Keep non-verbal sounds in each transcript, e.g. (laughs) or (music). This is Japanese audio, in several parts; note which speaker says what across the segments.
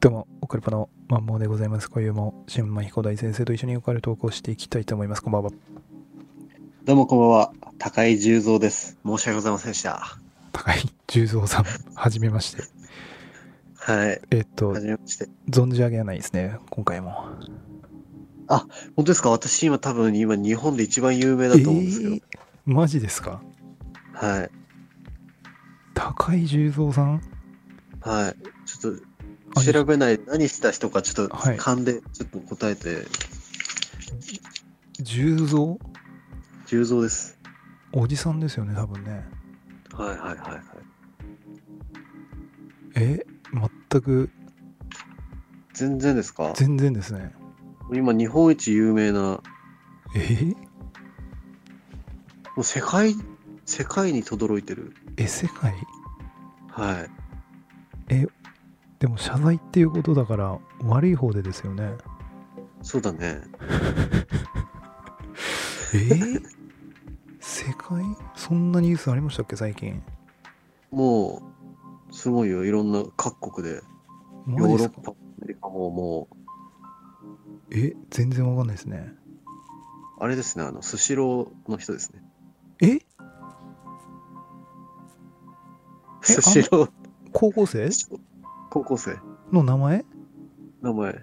Speaker 1: どうも、オカルパのマンモーでございます。今夜も新米彦大先生と一緒にオカル投稿していきたいと思います。こんばんは。
Speaker 2: どうもこんばんは。高井十三です。申し訳ございませんでした。
Speaker 1: 高井十三さん、はじめまして。
Speaker 2: はい。
Speaker 1: えっと
Speaker 2: は、じめまして。
Speaker 1: 存じ上げはないですね、今回も。
Speaker 2: 本当ですか私今多分今日本で一番有名
Speaker 1: え
Speaker 2: だと思うんですよ。
Speaker 1: ーマジですか
Speaker 2: はい。
Speaker 1: 高井十三さん
Speaker 2: はい。ちょっ
Speaker 1: あ
Speaker 2: と調べない、何した人かちょっと
Speaker 1: はい
Speaker 2: 勘でちょっと答えて、
Speaker 1: 十三
Speaker 2: 十三です。
Speaker 1: おじさんですよね、多分ね。
Speaker 2: はいはいはいはい。
Speaker 1: え、全く
Speaker 2: 全然ですか
Speaker 1: 全然ですね。
Speaker 2: 今日本一有名な、も
Speaker 1: えー
Speaker 2: う世界、世界に轟いてる。
Speaker 1: え、世界
Speaker 2: はい。
Speaker 1: でも謝罪っていうことだから悪い方でですよね。
Speaker 2: そうだね。
Speaker 1: えー世界そんなニュースありましたっけ最近
Speaker 2: もう、すごいよ。いろんな各国で。ヨ
Speaker 1: マジ
Speaker 2: ー
Speaker 1: で
Speaker 2: ロ
Speaker 1: す
Speaker 2: ッ
Speaker 1: か
Speaker 2: パ、アメリカももう、
Speaker 1: え全然わかんないですね
Speaker 2: あれですね、あの、スシローの人ですね。
Speaker 1: え
Speaker 2: スシロ
Speaker 1: 高校生
Speaker 2: ー、高校生、
Speaker 1: の名前
Speaker 2: 名前。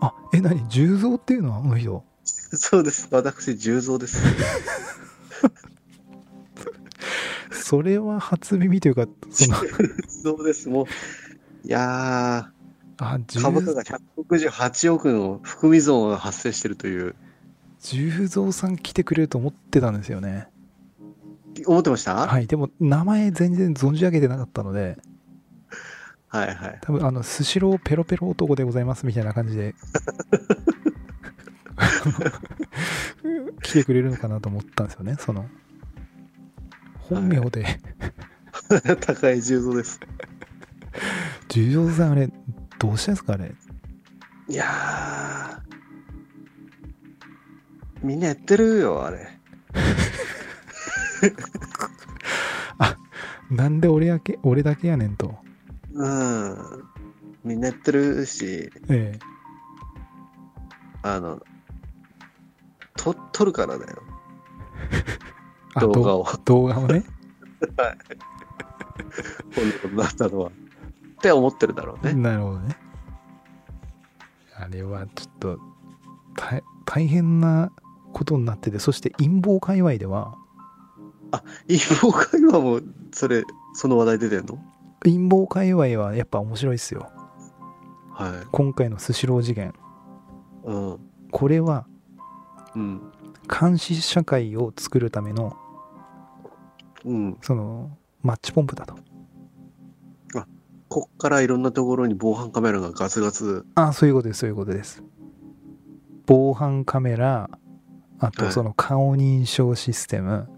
Speaker 1: あえ何重蔵っていうのはあの人
Speaker 2: そうです、私、十三です。
Speaker 1: それは初耳というか
Speaker 2: (laughs)
Speaker 1: その
Speaker 2: 十三です、もう。いや
Speaker 1: あ
Speaker 2: ー、
Speaker 1: 重
Speaker 2: 株価が168億の含み損が発生してるという、
Speaker 1: 重蔵さん来てくれると思ってたんですよね
Speaker 2: 思ってましたはい
Speaker 1: はいでも名前全然存じ上げてなかったので
Speaker 2: はいはい。
Speaker 1: 多分あのスシローペロペロ男でございますみたいな感じで来てくれるのかなと思ったんですよねその本名で、
Speaker 2: 高い (laughs) 十三です。
Speaker 1: 十条さんあれどうしたんですかあれ
Speaker 2: いやー、みんなやってるよ、あれ。
Speaker 1: なんで俺やけ俺だけやねんと
Speaker 2: うん。みんなやってるし、
Speaker 1: ええ
Speaker 2: あの、と、撮るからだよ、
Speaker 1: あ
Speaker 2: 動画
Speaker 1: を
Speaker 2: を。
Speaker 1: 動画を
Speaker 2: (laughs)
Speaker 1: ね
Speaker 2: こんなことになったのは。って思ってるだろうね。
Speaker 1: なるほどねあれはちょっと大大変なことになっててそして陰謀界隈では
Speaker 2: 違法会話も、それ、その話題出てんの
Speaker 1: 陰謀界隈はやっぱ面白いっすよ
Speaker 2: はい。
Speaker 1: 今回のスシロー事件
Speaker 2: うん。
Speaker 1: これは
Speaker 2: うん。
Speaker 1: 監視社会を作るための
Speaker 2: うん。
Speaker 1: そのマッチポンプだと
Speaker 2: こっからいろんなところに防犯カメラがガツガツ。
Speaker 1: あそういうことですそういうことです防犯カメラあ
Speaker 2: は
Speaker 1: と
Speaker 2: い
Speaker 1: その顔認証システム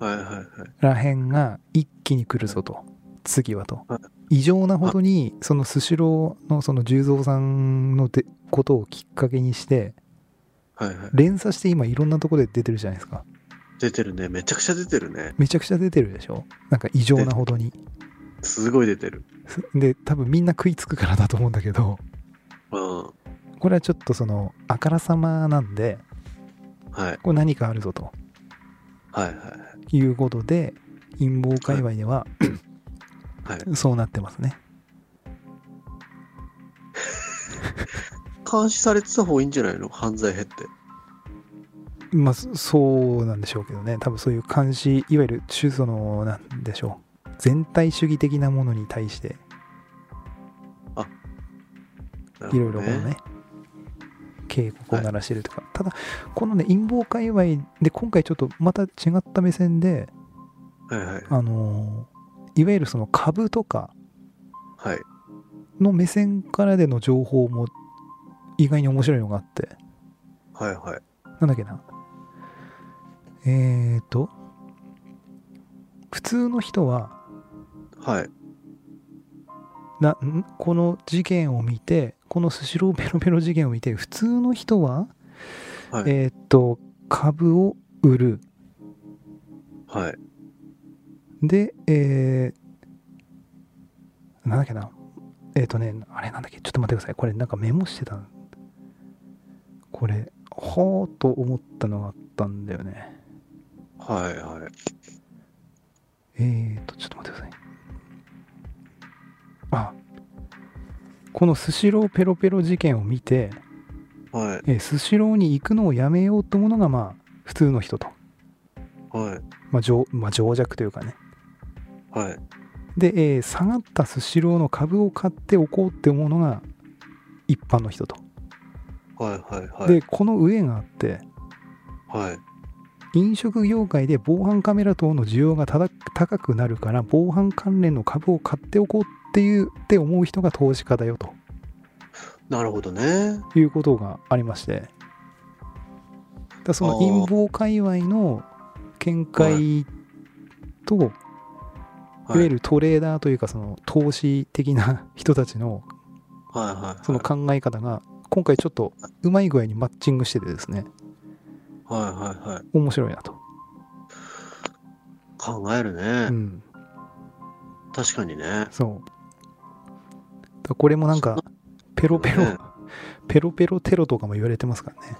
Speaker 2: はいはいはい。
Speaker 1: らへんが一気に来るぞと次はと
Speaker 2: は
Speaker 1: 異常なほどにそのスシローのその重蔵さんのでことをきっかけにして
Speaker 2: はいはい。
Speaker 1: 連鎖して今いろんなとこで出てるじゃないですか
Speaker 2: 出てるね。めちゃくちゃ出てるね。
Speaker 1: めちゃくちゃ出てるでしょなんか異常なほどに
Speaker 2: すごい出てる。
Speaker 1: すで多分みんな食いつくからだと思うんだけど
Speaker 2: うん。
Speaker 1: これはちょっとそのあからさまなんで
Speaker 2: はい。
Speaker 1: これ何かあるぞと
Speaker 2: はいはい。
Speaker 1: いうことで陰謀界隈では
Speaker 2: はい。
Speaker 1: そうなってますね
Speaker 2: 監視されてた方がいいんじゃないの犯罪減って。
Speaker 1: まあそそうなんでしょうけどね多分そういう監視いわゆる中そのなんでしょう全体主義的なものに対して
Speaker 2: なるほどね
Speaker 1: いろいろこのね。警告を鳴らしてるとか、ただこのね陰謀界隈で今回ちょっとまた違った目線で
Speaker 2: はいはい。
Speaker 1: あのーいわゆるその株とか
Speaker 2: はい。
Speaker 1: の目線からでの情報も意外に面白いのがあって
Speaker 2: はいはい。
Speaker 1: なんだっけな。えーと、普通の人は、
Speaker 2: はい。
Speaker 1: な、んこの事件を見て、このスシローペロペロ事件を見て、普通の人は、
Speaker 2: はい
Speaker 1: えーと、株を売る。
Speaker 2: はい。
Speaker 1: で、えー、なんだっけな。えっ、とね、あれなんだっけ、ちょっと待ってください。これなんかメモしてたのこれ、ほーと思ったのがあったんだよね。
Speaker 2: はいはい。
Speaker 1: えーと、ちょっと待ってください。あ、このスシローペロペロ事件を見て、
Speaker 2: はい
Speaker 1: えースシローに行くのをやめようと思うのが、まあ、普通の人と。
Speaker 2: はい
Speaker 1: まあ、情まあ、情弱というかね。
Speaker 2: はい。
Speaker 1: で、えー下がったスシローの株を買っておこうって思うのが、一般の人と。
Speaker 2: はいはいはい。
Speaker 1: で、この上があって、
Speaker 2: はい。
Speaker 1: 飲食業界で防犯カメラ等の需要がただ高くなるから防犯関連の株を買っておこうっていうって思う人が投資家だよと
Speaker 2: なるほどね。
Speaker 1: いうことがありましてだからその
Speaker 2: あー
Speaker 1: 陰謀界隈の見解と、い
Speaker 2: は
Speaker 1: わ
Speaker 2: い
Speaker 1: ゆるトレーダーというかその投資的な (laughs) 人たちの
Speaker 2: はいはいはい。
Speaker 1: その考え方が今回ちょっとうまい具合にマッチングしててですね
Speaker 2: はいはいはい。
Speaker 1: 面白いなと、
Speaker 2: 考えるね。
Speaker 1: うん、
Speaker 2: 確かにね。
Speaker 1: そう。だこれもなんか、ペロペロ、
Speaker 2: ね
Speaker 1: (laughs) ペロペロテロとかも言われてますからね。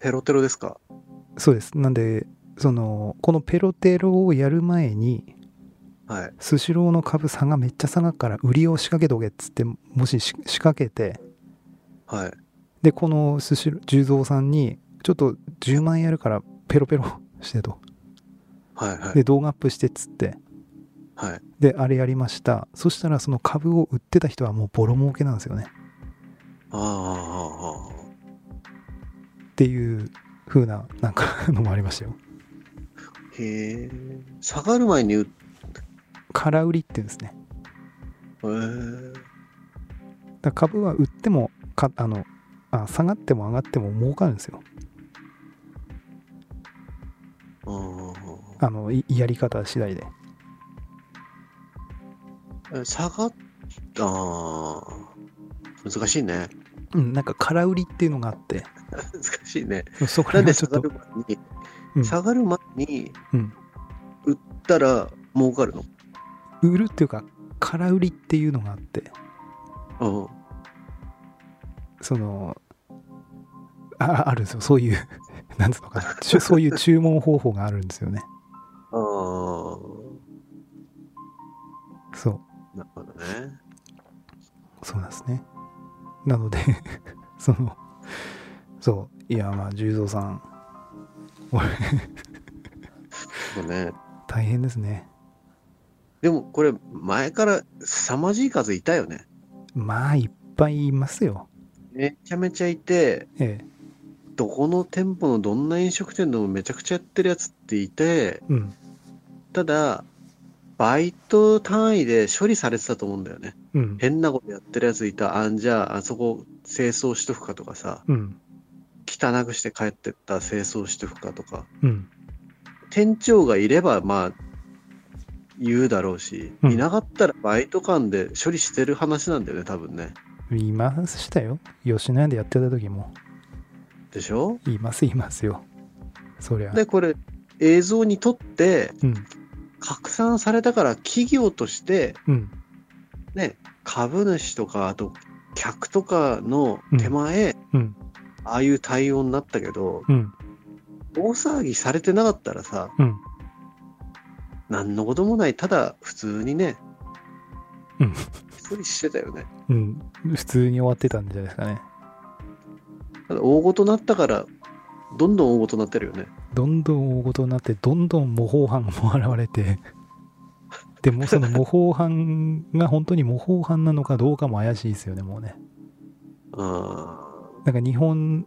Speaker 2: ペロテロですか
Speaker 1: そうです。なんで、その、このペロテロをやる前に、
Speaker 2: はい。
Speaker 1: スシローの株差がめっちゃ下がっから売りを仕掛けとけっつって、もしし仕掛けて、
Speaker 2: はい。
Speaker 1: で、このスシロー、重蔵さんに、ちょっと10万円やるからペロペ (laughs) ロしてと。
Speaker 2: はいはい。
Speaker 1: で、動画アップしてっつって、
Speaker 2: はい。
Speaker 1: で、あれやりました。そしたら、その株を売ってた人はもうボロ儲けなんですよね。
Speaker 2: ああ、ああ、ああ。
Speaker 1: っていう風な、なんか (laughs) のもありましたよ。
Speaker 2: へえ。下がる前に打っ
Speaker 1: 空売りっていうんですね
Speaker 2: へー
Speaker 1: だから株は売ってもかあのあ下がっても上がっても儲かるんですよ
Speaker 2: うん
Speaker 1: あのいやり方次第で
Speaker 2: え下がった。あー難しいね。 (laughs)
Speaker 1: うんなんか空売りっていうのがあって
Speaker 2: 難しいね。
Speaker 1: そこ
Speaker 2: な
Speaker 1: ら
Speaker 2: んで
Speaker 1: 辺ち
Speaker 2: 下
Speaker 1: ょっと
Speaker 2: がる前に、
Speaker 1: うんう
Speaker 2: 下がる前に
Speaker 1: ん
Speaker 2: 売ったら儲かるの
Speaker 1: 売るっていうか空売りっていうのがあって
Speaker 2: うん。
Speaker 1: そのああるんですよそう (laughs) いうなんつうのかなちゅそういう注文方法があるんですよね
Speaker 2: ああ。
Speaker 1: そう
Speaker 2: なるほどね。
Speaker 1: そうなんですねなので (laughs) そのそういやまあ重蔵さん
Speaker 2: そうね。
Speaker 1: 大変ですね
Speaker 2: でもこれ、前から凄まじい数いたよね。
Speaker 1: まあいっぱいいますよ
Speaker 2: めちゃめちゃいて、
Speaker 1: ええ
Speaker 2: どこの店舗のどんな飲食店でもめちゃくちゃやってるやつっていて、
Speaker 1: うん
Speaker 2: ただ、バイト単位で処理されてたと思うんだよね。
Speaker 1: うん
Speaker 2: 変なことやってるやついた、あんじゃあ、あそこ清掃しとくかとかさ、
Speaker 1: うん
Speaker 2: 汚くして帰ってった清掃しとくかとか、
Speaker 1: うん
Speaker 2: 店長がいれば、まあ、言うだろうし、
Speaker 1: うん
Speaker 2: いなかったらバイト間で処理してる話なんだよね、多分ね。
Speaker 1: 言いましたよ吉野家でやってた時も
Speaker 2: でしょ
Speaker 1: 言います言いますよそりゃ
Speaker 2: で、これ、映像に撮って、
Speaker 1: うん
Speaker 2: 拡散されたから企業として、
Speaker 1: うん
Speaker 2: ね、株主とか、あと客とかの手前、
Speaker 1: うん
Speaker 2: ああいう対応になったけど、
Speaker 1: うん
Speaker 2: 大騒ぎされてなかったらさ、
Speaker 1: うん
Speaker 2: 何のこともない、ただ普通にね、
Speaker 1: うん
Speaker 2: 一人してたよね。
Speaker 1: うん普通に終わってたんじゃないですかね
Speaker 2: ただ大ごとなったから、どんどん大ごとなってるよね。
Speaker 1: どんどん大事になってどんどん模倣犯も現れて (laughs) でもうその模倣犯が本当に模倣犯なのかどうかも怪しいですよねもうね
Speaker 2: あ
Speaker 1: なんか日本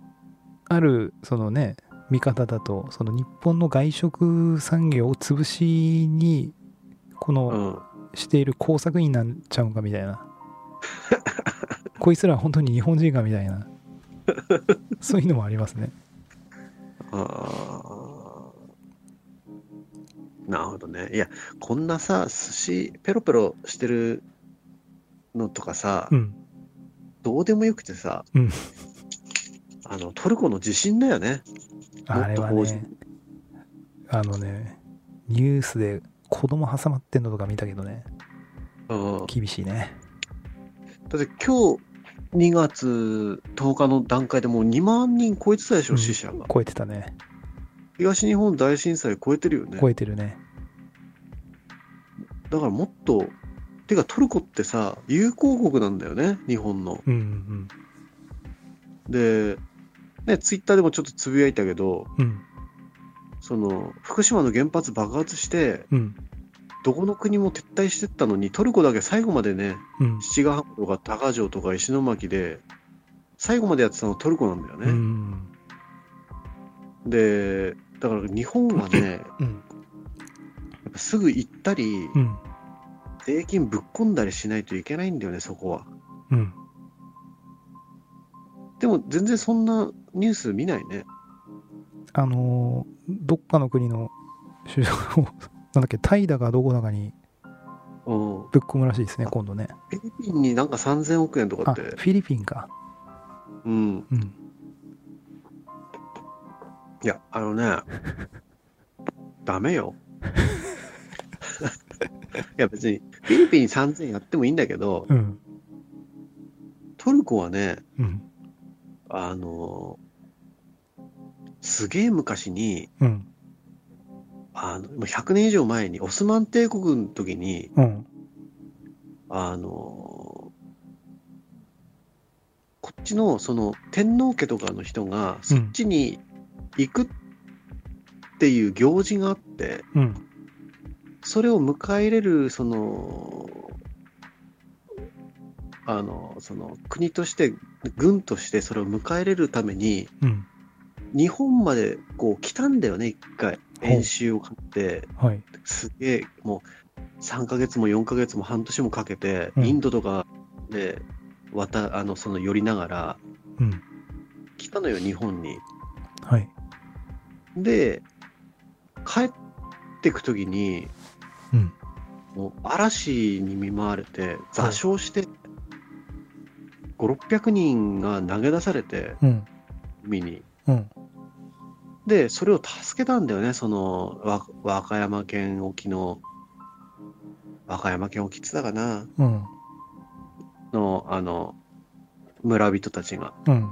Speaker 1: あるそのね見方だとその日本の外食産業を潰しにこ
Speaker 2: ーう
Speaker 1: の
Speaker 2: ん。
Speaker 1: している工作員なんちゃうんかみたいなこいつら本当に日本人かみたい
Speaker 2: (laughs)
Speaker 1: なそういうのもありますね
Speaker 2: あーなるほどね。いや、こんなさ、寿司ペロペロしてるのとかさ、
Speaker 1: うん
Speaker 2: どうでもよくてさ、
Speaker 1: うん
Speaker 2: あのトルコの地震だよね。
Speaker 1: あれは
Speaker 2: もっとこ
Speaker 1: ねあのねニュースで子供挟まってんのとか見たけどね
Speaker 2: うん
Speaker 1: 厳しいね。
Speaker 2: だって今日2月10日の段階でもう2万人超えてたでしょ、
Speaker 1: うん
Speaker 2: 死者が。
Speaker 1: 超えてたね。
Speaker 2: 東日本大震災超えてるよね。
Speaker 1: 超えてるね。
Speaker 2: だからもっと、てかトルコってさ、友好国なんだよね、日本の。
Speaker 1: うん
Speaker 2: で、ね、ツイッターでもちょっとつぶやいたけど、
Speaker 1: うんうん。
Speaker 2: その、福島の原発爆発して、
Speaker 1: うん
Speaker 2: どこの国も撤退してったのに、トルコだけ最後までね、
Speaker 1: うん。
Speaker 2: 七ヶ浜とか高城とか石巻で、最後までやってたのトルコなんだ
Speaker 1: う
Speaker 2: よ
Speaker 1: んう
Speaker 2: ね。
Speaker 1: ん
Speaker 2: で、だから日本はね、
Speaker 1: うん
Speaker 2: やっぱすぐ行ったり、
Speaker 1: うん
Speaker 2: 税金ぶっ込んだりしないといけないんだよね、そこは。
Speaker 1: うん。
Speaker 2: でも全然そんなニュース見ないね。
Speaker 1: あのーどっかの国の首相を、 (laughs) なんだっけ、タイだかどこだかに
Speaker 2: うん。
Speaker 1: ぶっ込むらしいですね、今度ね。
Speaker 2: フィリピンになんか3000億円とか
Speaker 1: あ、
Speaker 2: っ
Speaker 1: フ
Speaker 2: て。
Speaker 1: ィリピンか。
Speaker 2: うん。
Speaker 1: うん。
Speaker 2: いや、あのね、ダメよ。いや別に、フィリピンに3000やってもいいんだけど、
Speaker 1: うん。
Speaker 2: トルコはね、
Speaker 1: うん。
Speaker 2: あの、すげえ昔に、
Speaker 1: うん。
Speaker 2: あの、もう100年以上前に、オスマン帝国の時に、
Speaker 1: うん。
Speaker 2: あのこっちのその天皇家とかの人がそっちに行くっていう行事があって、
Speaker 1: うん。
Speaker 2: それを迎え入れるそのあのその国として軍としてそれを迎え入れるために
Speaker 1: うん。
Speaker 2: 日本までこう来たんだよね一回
Speaker 1: ほう
Speaker 2: 演習をかけて
Speaker 1: はい。
Speaker 2: すげえもう3ヶ月も4ヶ月も半年もかけて、
Speaker 1: うん
Speaker 2: インドとかで渡あのその寄りながら
Speaker 1: うん。
Speaker 2: 来たのよ日本に。
Speaker 1: はい。
Speaker 2: で帰ってく時に
Speaker 1: うん。
Speaker 2: もう嵐に見舞われて座礁して5600人が投げ出されて
Speaker 1: うん。
Speaker 2: 海に。
Speaker 1: うん。
Speaker 2: でそれを助けたんだよねそのわ和歌山県沖の和歌山県沖って言ってたかな
Speaker 1: うん。
Speaker 2: の、あの、村人たちが。
Speaker 1: うん。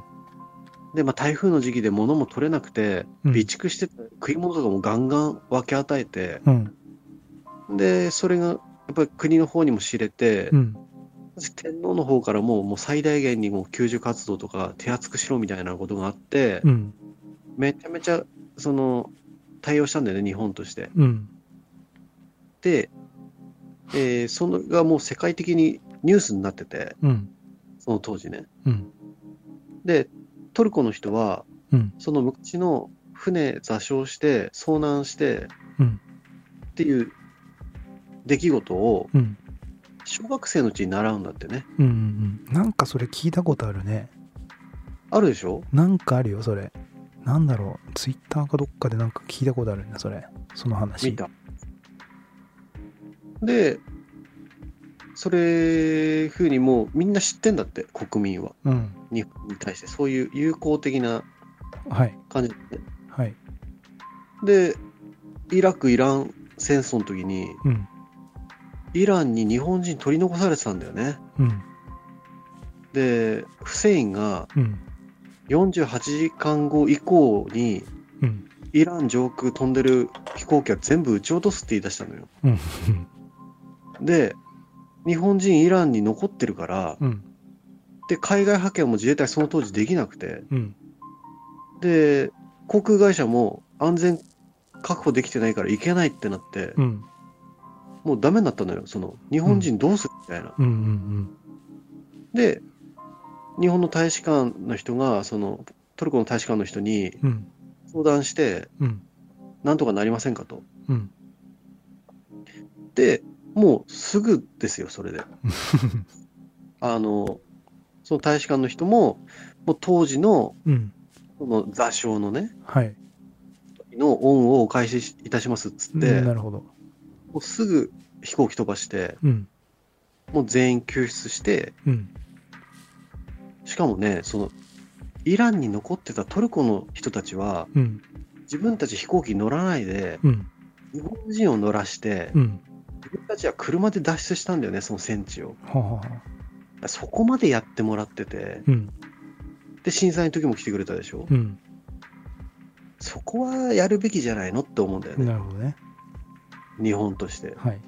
Speaker 2: で、まあ、台風の時期で物も取れなくて、
Speaker 1: うん
Speaker 2: 備蓄してた食い物とかもガンガン分け与えて、
Speaker 1: うん。
Speaker 2: で、それが、やっぱり国の方にも知れて、
Speaker 1: うん。
Speaker 2: 天皇の方からも、もう最大限にもう救助活動とか手厚くしろみたいなことがあって、
Speaker 1: うん。
Speaker 2: めちゃめちゃ、その、対応したんだよね、日本として。
Speaker 1: うん。
Speaker 2: で、えーそれがもう世界的にニュースになってて、
Speaker 1: うん。
Speaker 2: その当時ね。
Speaker 1: うん。
Speaker 2: で、トルコの人は、
Speaker 1: うん
Speaker 2: その昔の船座礁して遭難して、
Speaker 1: うん
Speaker 2: っていう出来事を
Speaker 1: うん。
Speaker 2: 小学生のうちに習うんだってね。
Speaker 1: うん。うん。なんかそれ聞いたことあるね。
Speaker 2: あるでしょ
Speaker 1: なんかあるよ、それ。なんだろう。ツイッターかどっかでなんか聞いたことあるんだ、それ。その話。
Speaker 2: 見た。で、それふうにもうみんな知ってんだって、国民は。
Speaker 1: うん。
Speaker 2: 日本に対して、そういう友好的な
Speaker 1: はい。
Speaker 2: 感じだって。
Speaker 1: はい。
Speaker 2: で、イラク・イラン戦争の時に、
Speaker 1: うん。
Speaker 2: イランに日本人取り残されてたんだよね。
Speaker 1: うん。
Speaker 2: で、フセインが
Speaker 1: うん。
Speaker 2: 48時間後以降に、
Speaker 1: うん。
Speaker 2: イラン上空飛んでる飛行機は全部撃ち落とすって言い出したのよ。
Speaker 1: うん。
Speaker 2: で、日本人イランに残ってるから、
Speaker 1: うん。
Speaker 2: で、海外派遣も自衛隊その当時できなくて、
Speaker 1: うん。
Speaker 2: で、航空会社も安全確保できてないから行けないってなって、
Speaker 1: うん。
Speaker 2: もうダメになったのよ。その、日本人どうするみたいな。
Speaker 1: うん。うん。
Speaker 2: で、日本の大使館の人が、その、トルコの大使館の人に
Speaker 1: うん。
Speaker 2: 相談して、
Speaker 1: うん。
Speaker 2: なんとかなりませんかと。
Speaker 1: うん。
Speaker 2: で、もうすぐですよ、
Speaker 1: (laughs)
Speaker 2: それで。あの、その大使館の人も、もう当時の
Speaker 1: うん。
Speaker 2: その座礁のね、
Speaker 1: はい。
Speaker 2: の恩をお返しいたしますっつって、
Speaker 1: な
Speaker 2: も
Speaker 1: るほど。
Speaker 2: うすぐ飛行機飛ばして、
Speaker 1: うん。
Speaker 2: もう全員救出して、
Speaker 1: うん。
Speaker 2: しかもね、その、イランに残ってたトルコの人たちは、
Speaker 1: うん。
Speaker 2: 自分たち飛行機乗らないで、
Speaker 1: うん。
Speaker 2: 日本人を乗らして
Speaker 1: う、ん。
Speaker 2: 日自分たちは車で脱出したんだよね、その戦地を。
Speaker 1: はあはあ
Speaker 2: そこまでやってもらってて、
Speaker 1: うん
Speaker 2: で、震災の時も来てくれたでしょ。
Speaker 1: うん
Speaker 2: そこはやるべきじゃないのって思うんだよね、
Speaker 1: なるほどね
Speaker 2: 日本として。
Speaker 1: はい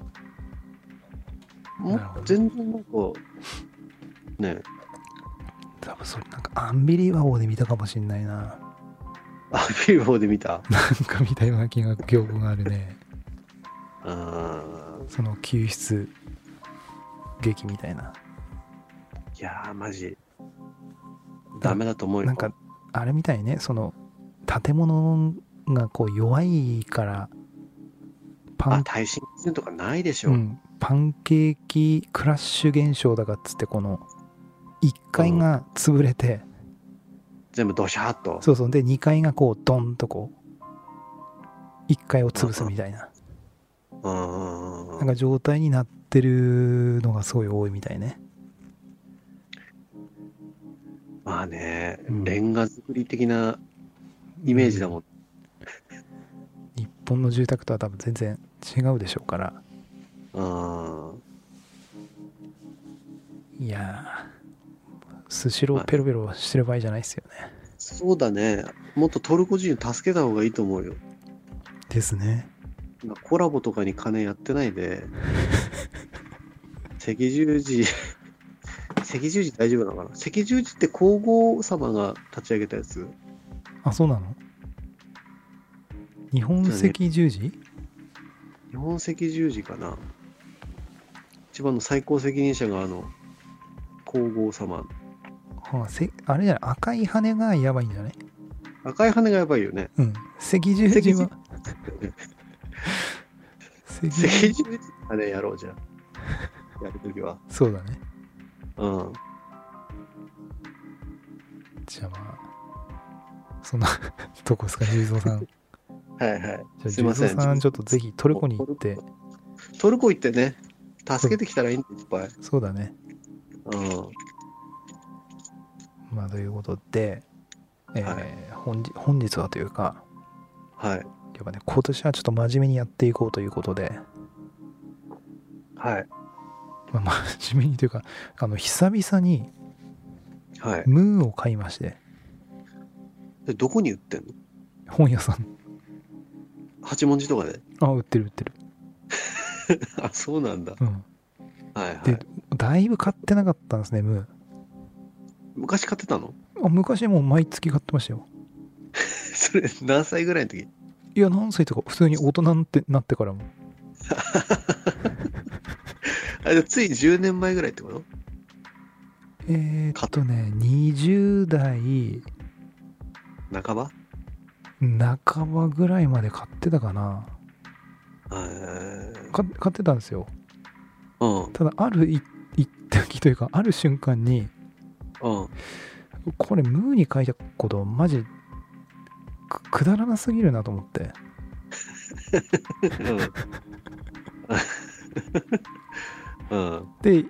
Speaker 2: も
Speaker 1: なるほ
Speaker 2: う
Speaker 1: ど
Speaker 2: 全然なんか、ね、
Speaker 1: 多分それなんかアンビリバボーで見たかもしんないな
Speaker 2: アピール方で見た。
Speaker 1: なんか見たような気が記憶があるね
Speaker 2: あ
Speaker 1: その救出劇みたいな
Speaker 2: ーいやー、マジ、ダメだと思うよ。
Speaker 1: なんかあれみたいねその建物がこう弱いからパ
Speaker 2: あ、
Speaker 1: ン
Speaker 2: 耐震基準とかないでしょ。
Speaker 1: うん、パンケーキクラッシュ現象だかっつってこの1階が潰れて、
Speaker 2: 全部ドシャーっと。
Speaker 1: そうそうで2階がこうドンとこう1階を潰すみたいな
Speaker 2: うんうんう
Speaker 1: なん
Speaker 2: ん
Speaker 1: か状態になってるのがすごい多いみたいね
Speaker 2: まあね、
Speaker 1: うん
Speaker 2: レンガ作り的なイメージだもん。
Speaker 1: 日本の住宅とは多分全然違うでしょうから
Speaker 2: うん
Speaker 1: いやースシローペロペロしてる場合じゃないですよね
Speaker 2: そうだね。もっとトルコ人助けた方がいいと思うよ。
Speaker 1: ですね
Speaker 2: 今コラボとかに金やってな
Speaker 1: (laughs)
Speaker 2: いで。赤十字、赤十字大丈夫なのかな赤十字って皇后様が立ち上げたやつ
Speaker 1: あそうなの日本赤十字
Speaker 2: 日本赤十字かな一番の最高責任者があの、皇后様。
Speaker 1: はあせあれじゃない赤い羽がやばいんじゃない
Speaker 2: 赤い羽がやばいよね。
Speaker 1: うん赤十字は赤
Speaker 2: 赤
Speaker 1: 十
Speaker 2: 十
Speaker 1: 字
Speaker 2: 字あれやろうじゃん。やるときは。
Speaker 1: そうだね
Speaker 2: うん。
Speaker 1: じゃあまあそんな (laughs) とこですか重蔵 (laughs) さんじ
Speaker 2: はいはい。
Speaker 1: ゃあ
Speaker 2: すいません
Speaker 1: 重蔵さんちょっとぜひトルコに行って
Speaker 2: トルコ行ってね、助けてきたらいいんだいっぱい。
Speaker 1: そうだね
Speaker 2: うん。
Speaker 1: まあということで、えー
Speaker 2: は
Speaker 1: 本日本日はというか
Speaker 2: はい。
Speaker 1: やっぱね今年はちょっと真面目にやっていこうということで、
Speaker 2: はい。
Speaker 1: まあ、真面目にというかあの久々に
Speaker 2: はい。
Speaker 1: ムーを買いまして
Speaker 2: で、どこに売ってんの
Speaker 1: 本屋さん
Speaker 2: 八文字とかで。
Speaker 1: あ売ってる売ってる
Speaker 2: あ、そうなんだ。
Speaker 1: うん
Speaker 2: はいは
Speaker 1: で
Speaker 2: い。
Speaker 1: だいぶ買ってなかったんですねム
Speaker 2: 昔買ってたの (laughs)
Speaker 1: ーあ昔もう毎月買ってましたよ
Speaker 2: それ、何歳ぐらいの時
Speaker 1: いや何歳とか普通に大人になってからも
Speaker 2: あじゃあつい10年前ぐらいってこと
Speaker 1: えー、っとね20代
Speaker 2: 半ば
Speaker 1: 半ばぐらいまで買ってたかな
Speaker 2: え
Speaker 1: か買ってたんですよ
Speaker 2: うん。
Speaker 1: ただある一一時というかある瞬間に
Speaker 2: うん。
Speaker 1: これムーに書いたことマジくくだらなすぎるなと思って
Speaker 2: うん。うん。
Speaker 1: で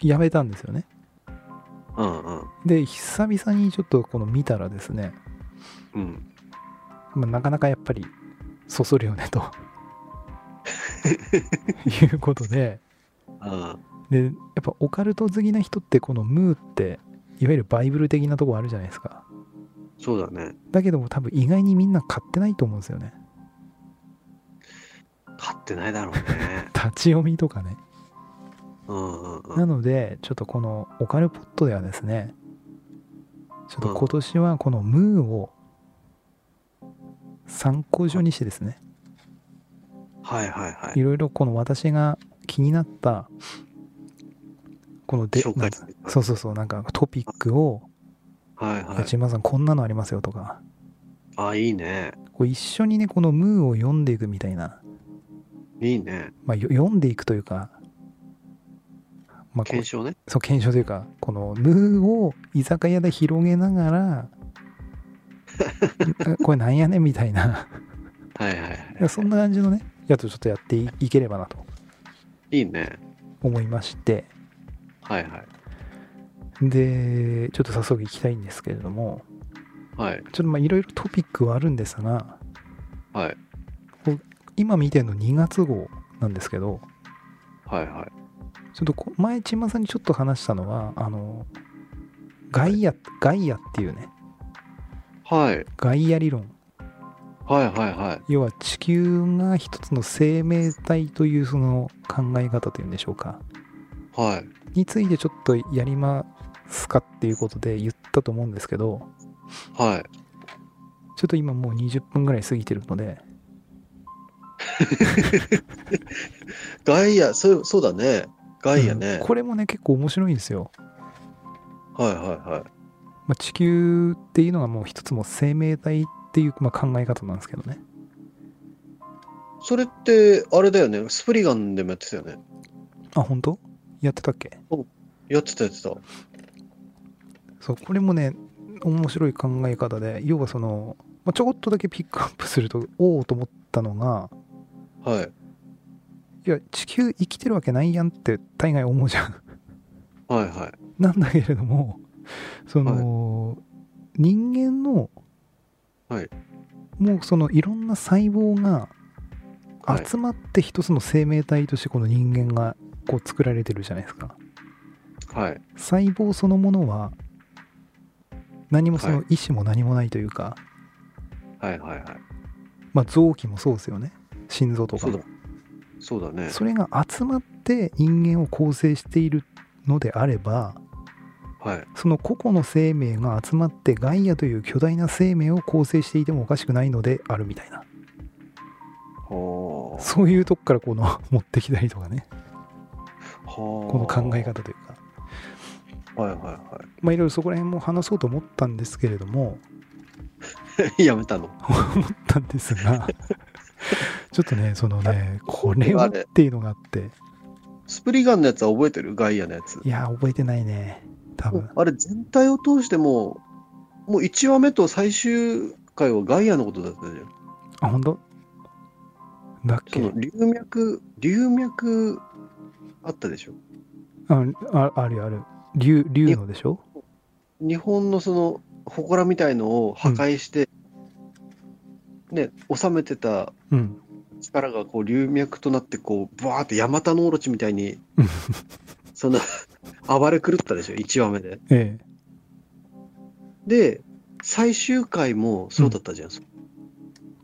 Speaker 1: やめたんですよね
Speaker 2: うん。うん。
Speaker 1: で久々にちょっとこの見たらですね、
Speaker 2: うん。
Speaker 1: まあ、なかなかやっぱりそそるよねということで
Speaker 2: うん。
Speaker 1: でやっぱオカルト好きな人ってこのムーっていわゆるバイブル的なとこあるじゃないですか
Speaker 2: そうだね。
Speaker 1: だけども多分意外にみんな買ってないと思うんですよね
Speaker 2: 買ってないだろうね。
Speaker 1: 立ち読みとかね
Speaker 2: うんうんう。
Speaker 1: なんのでちょっとこのオカルポットではですねちょっと今年はこのムーを参考書にしてですね
Speaker 2: はいはいはい
Speaker 1: ろいろこの私が気になったこの
Speaker 2: い。
Speaker 1: で
Speaker 2: 紹
Speaker 1: な
Speaker 2: 介
Speaker 1: ん
Speaker 2: する。
Speaker 1: そうそうそうなんかトピックを
Speaker 2: は
Speaker 1: 「
Speaker 2: いはい。
Speaker 1: 千葉さんこんなのありますよ」とか
Speaker 2: あ、いいね。
Speaker 1: こう一緒にねこのムーを読んでいくみたいない
Speaker 2: いね。
Speaker 1: まあよ読んでいくというかまあこう
Speaker 2: 検証ね。
Speaker 1: そう検証というかこのムーを居酒屋で広げなが
Speaker 2: (laughs)
Speaker 1: らんこれなんやねんみたいな
Speaker 2: はいはいはい。
Speaker 1: そんな感じのねやつをちょっとやっていいければなと
Speaker 2: いいね。
Speaker 1: 思いまして
Speaker 2: はいはい。
Speaker 1: でちょっと早速いきたいんですけれども
Speaker 2: はい
Speaker 1: ちょっとまあいろいろトピックはあるんですが
Speaker 2: はい。
Speaker 1: 今見てるの2月号なんですけど
Speaker 2: はいはい。
Speaker 1: ちょっとこ前、ちんまさんにちょっと話したのは、あの、ガイア、ガイアっていうね、
Speaker 2: はい。
Speaker 1: ガイア理論。
Speaker 2: はいはいはい。
Speaker 1: 要は地球が一つの生命体というその考え方というんでしょうか。
Speaker 2: はい。
Speaker 1: についてちょっとやりますかっていうことで言ったと思うんですけど、
Speaker 2: はい。
Speaker 1: ちょっと今もう20分ぐらい過ぎてるので、
Speaker 2: ガイア、そう、そうだね。ガイアね。
Speaker 1: これもね、結構面白いんですよ。
Speaker 2: はいはいはい。
Speaker 1: まあ、地球っていうのがもう一つも生命体っていう、まあ、考え方なんですけどね。
Speaker 2: それって、あれだよね。スプリガンでもやってたよね。
Speaker 1: あ、本当やってたっけ
Speaker 2: やってたやってた。
Speaker 1: そう、これもね、面白い考え方で、要はその、まあ、ちょこっとだけピックアップすると、おおと思ったのが、
Speaker 2: はい。
Speaker 1: いや、地球生きてるわけないやんって大概思うじゃん。 (laughs)
Speaker 2: はいはい。
Speaker 1: なんだけれども、その、人間の、
Speaker 2: はい
Speaker 1: もうそのいろんな細胞が
Speaker 2: はい
Speaker 1: 集まって一つの生命体としてこの人間がこう作られてるじゃないですか。
Speaker 2: はい。
Speaker 1: 細胞そのものは何もそ
Speaker 2: は
Speaker 1: の意志も何もないというか、
Speaker 2: はいはいはい。
Speaker 1: まあ、臓器もそうですよね心臓とか
Speaker 2: そう
Speaker 1: も
Speaker 2: だ。そうだね。
Speaker 1: それが集まって人間を構成しているのであれば
Speaker 2: はい。
Speaker 1: その個々の生命が集まってガイアという巨大な生命を構成していてもおかしくないのであるみたいな
Speaker 2: は
Speaker 1: そういうとこからこの持ってきたりとかね
Speaker 2: あ。
Speaker 1: こ
Speaker 2: こ
Speaker 1: の考え。方というか
Speaker 2: はいは
Speaker 1: まあいろいろそこら辺も話そうと思ったんですけれど
Speaker 2: (laughs)
Speaker 1: も
Speaker 2: いはい。 (laughs) やめたの。
Speaker 1: 思ったんですが (laughs) ちょっとねそのね
Speaker 2: (laughs)
Speaker 1: これはっていうのがあって
Speaker 2: スプリガンのやつは覚えてるガイアのやつ。
Speaker 1: いやー覚えてないね多分
Speaker 2: あれ全体を通してもう、もう1話目と最終回はガイアのことだったじゃん。
Speaker 1: あ本当だっ
Speaker 2: そ
Speaker 1: け
Speaker 2: の流脈、流脈あったでしょ。
Speaker 1: あああるある竜竜のでしょ
Speaker 2: 日本のその祠みたいのを破壊して、ね、収めてた
Speaker 1: うん
Speaker 2: 力がこう流脈となってこう、ブワーってヤマタノオロチみた
Speaker 1: (laughs)
Speaker 2: いに
Speaker 1: うん、
Speaker 2: その暴れ狂ったでしょ、1話目で。
Speaker 1: ええ
Speaker 2: で、最終回もそうだったじゃん。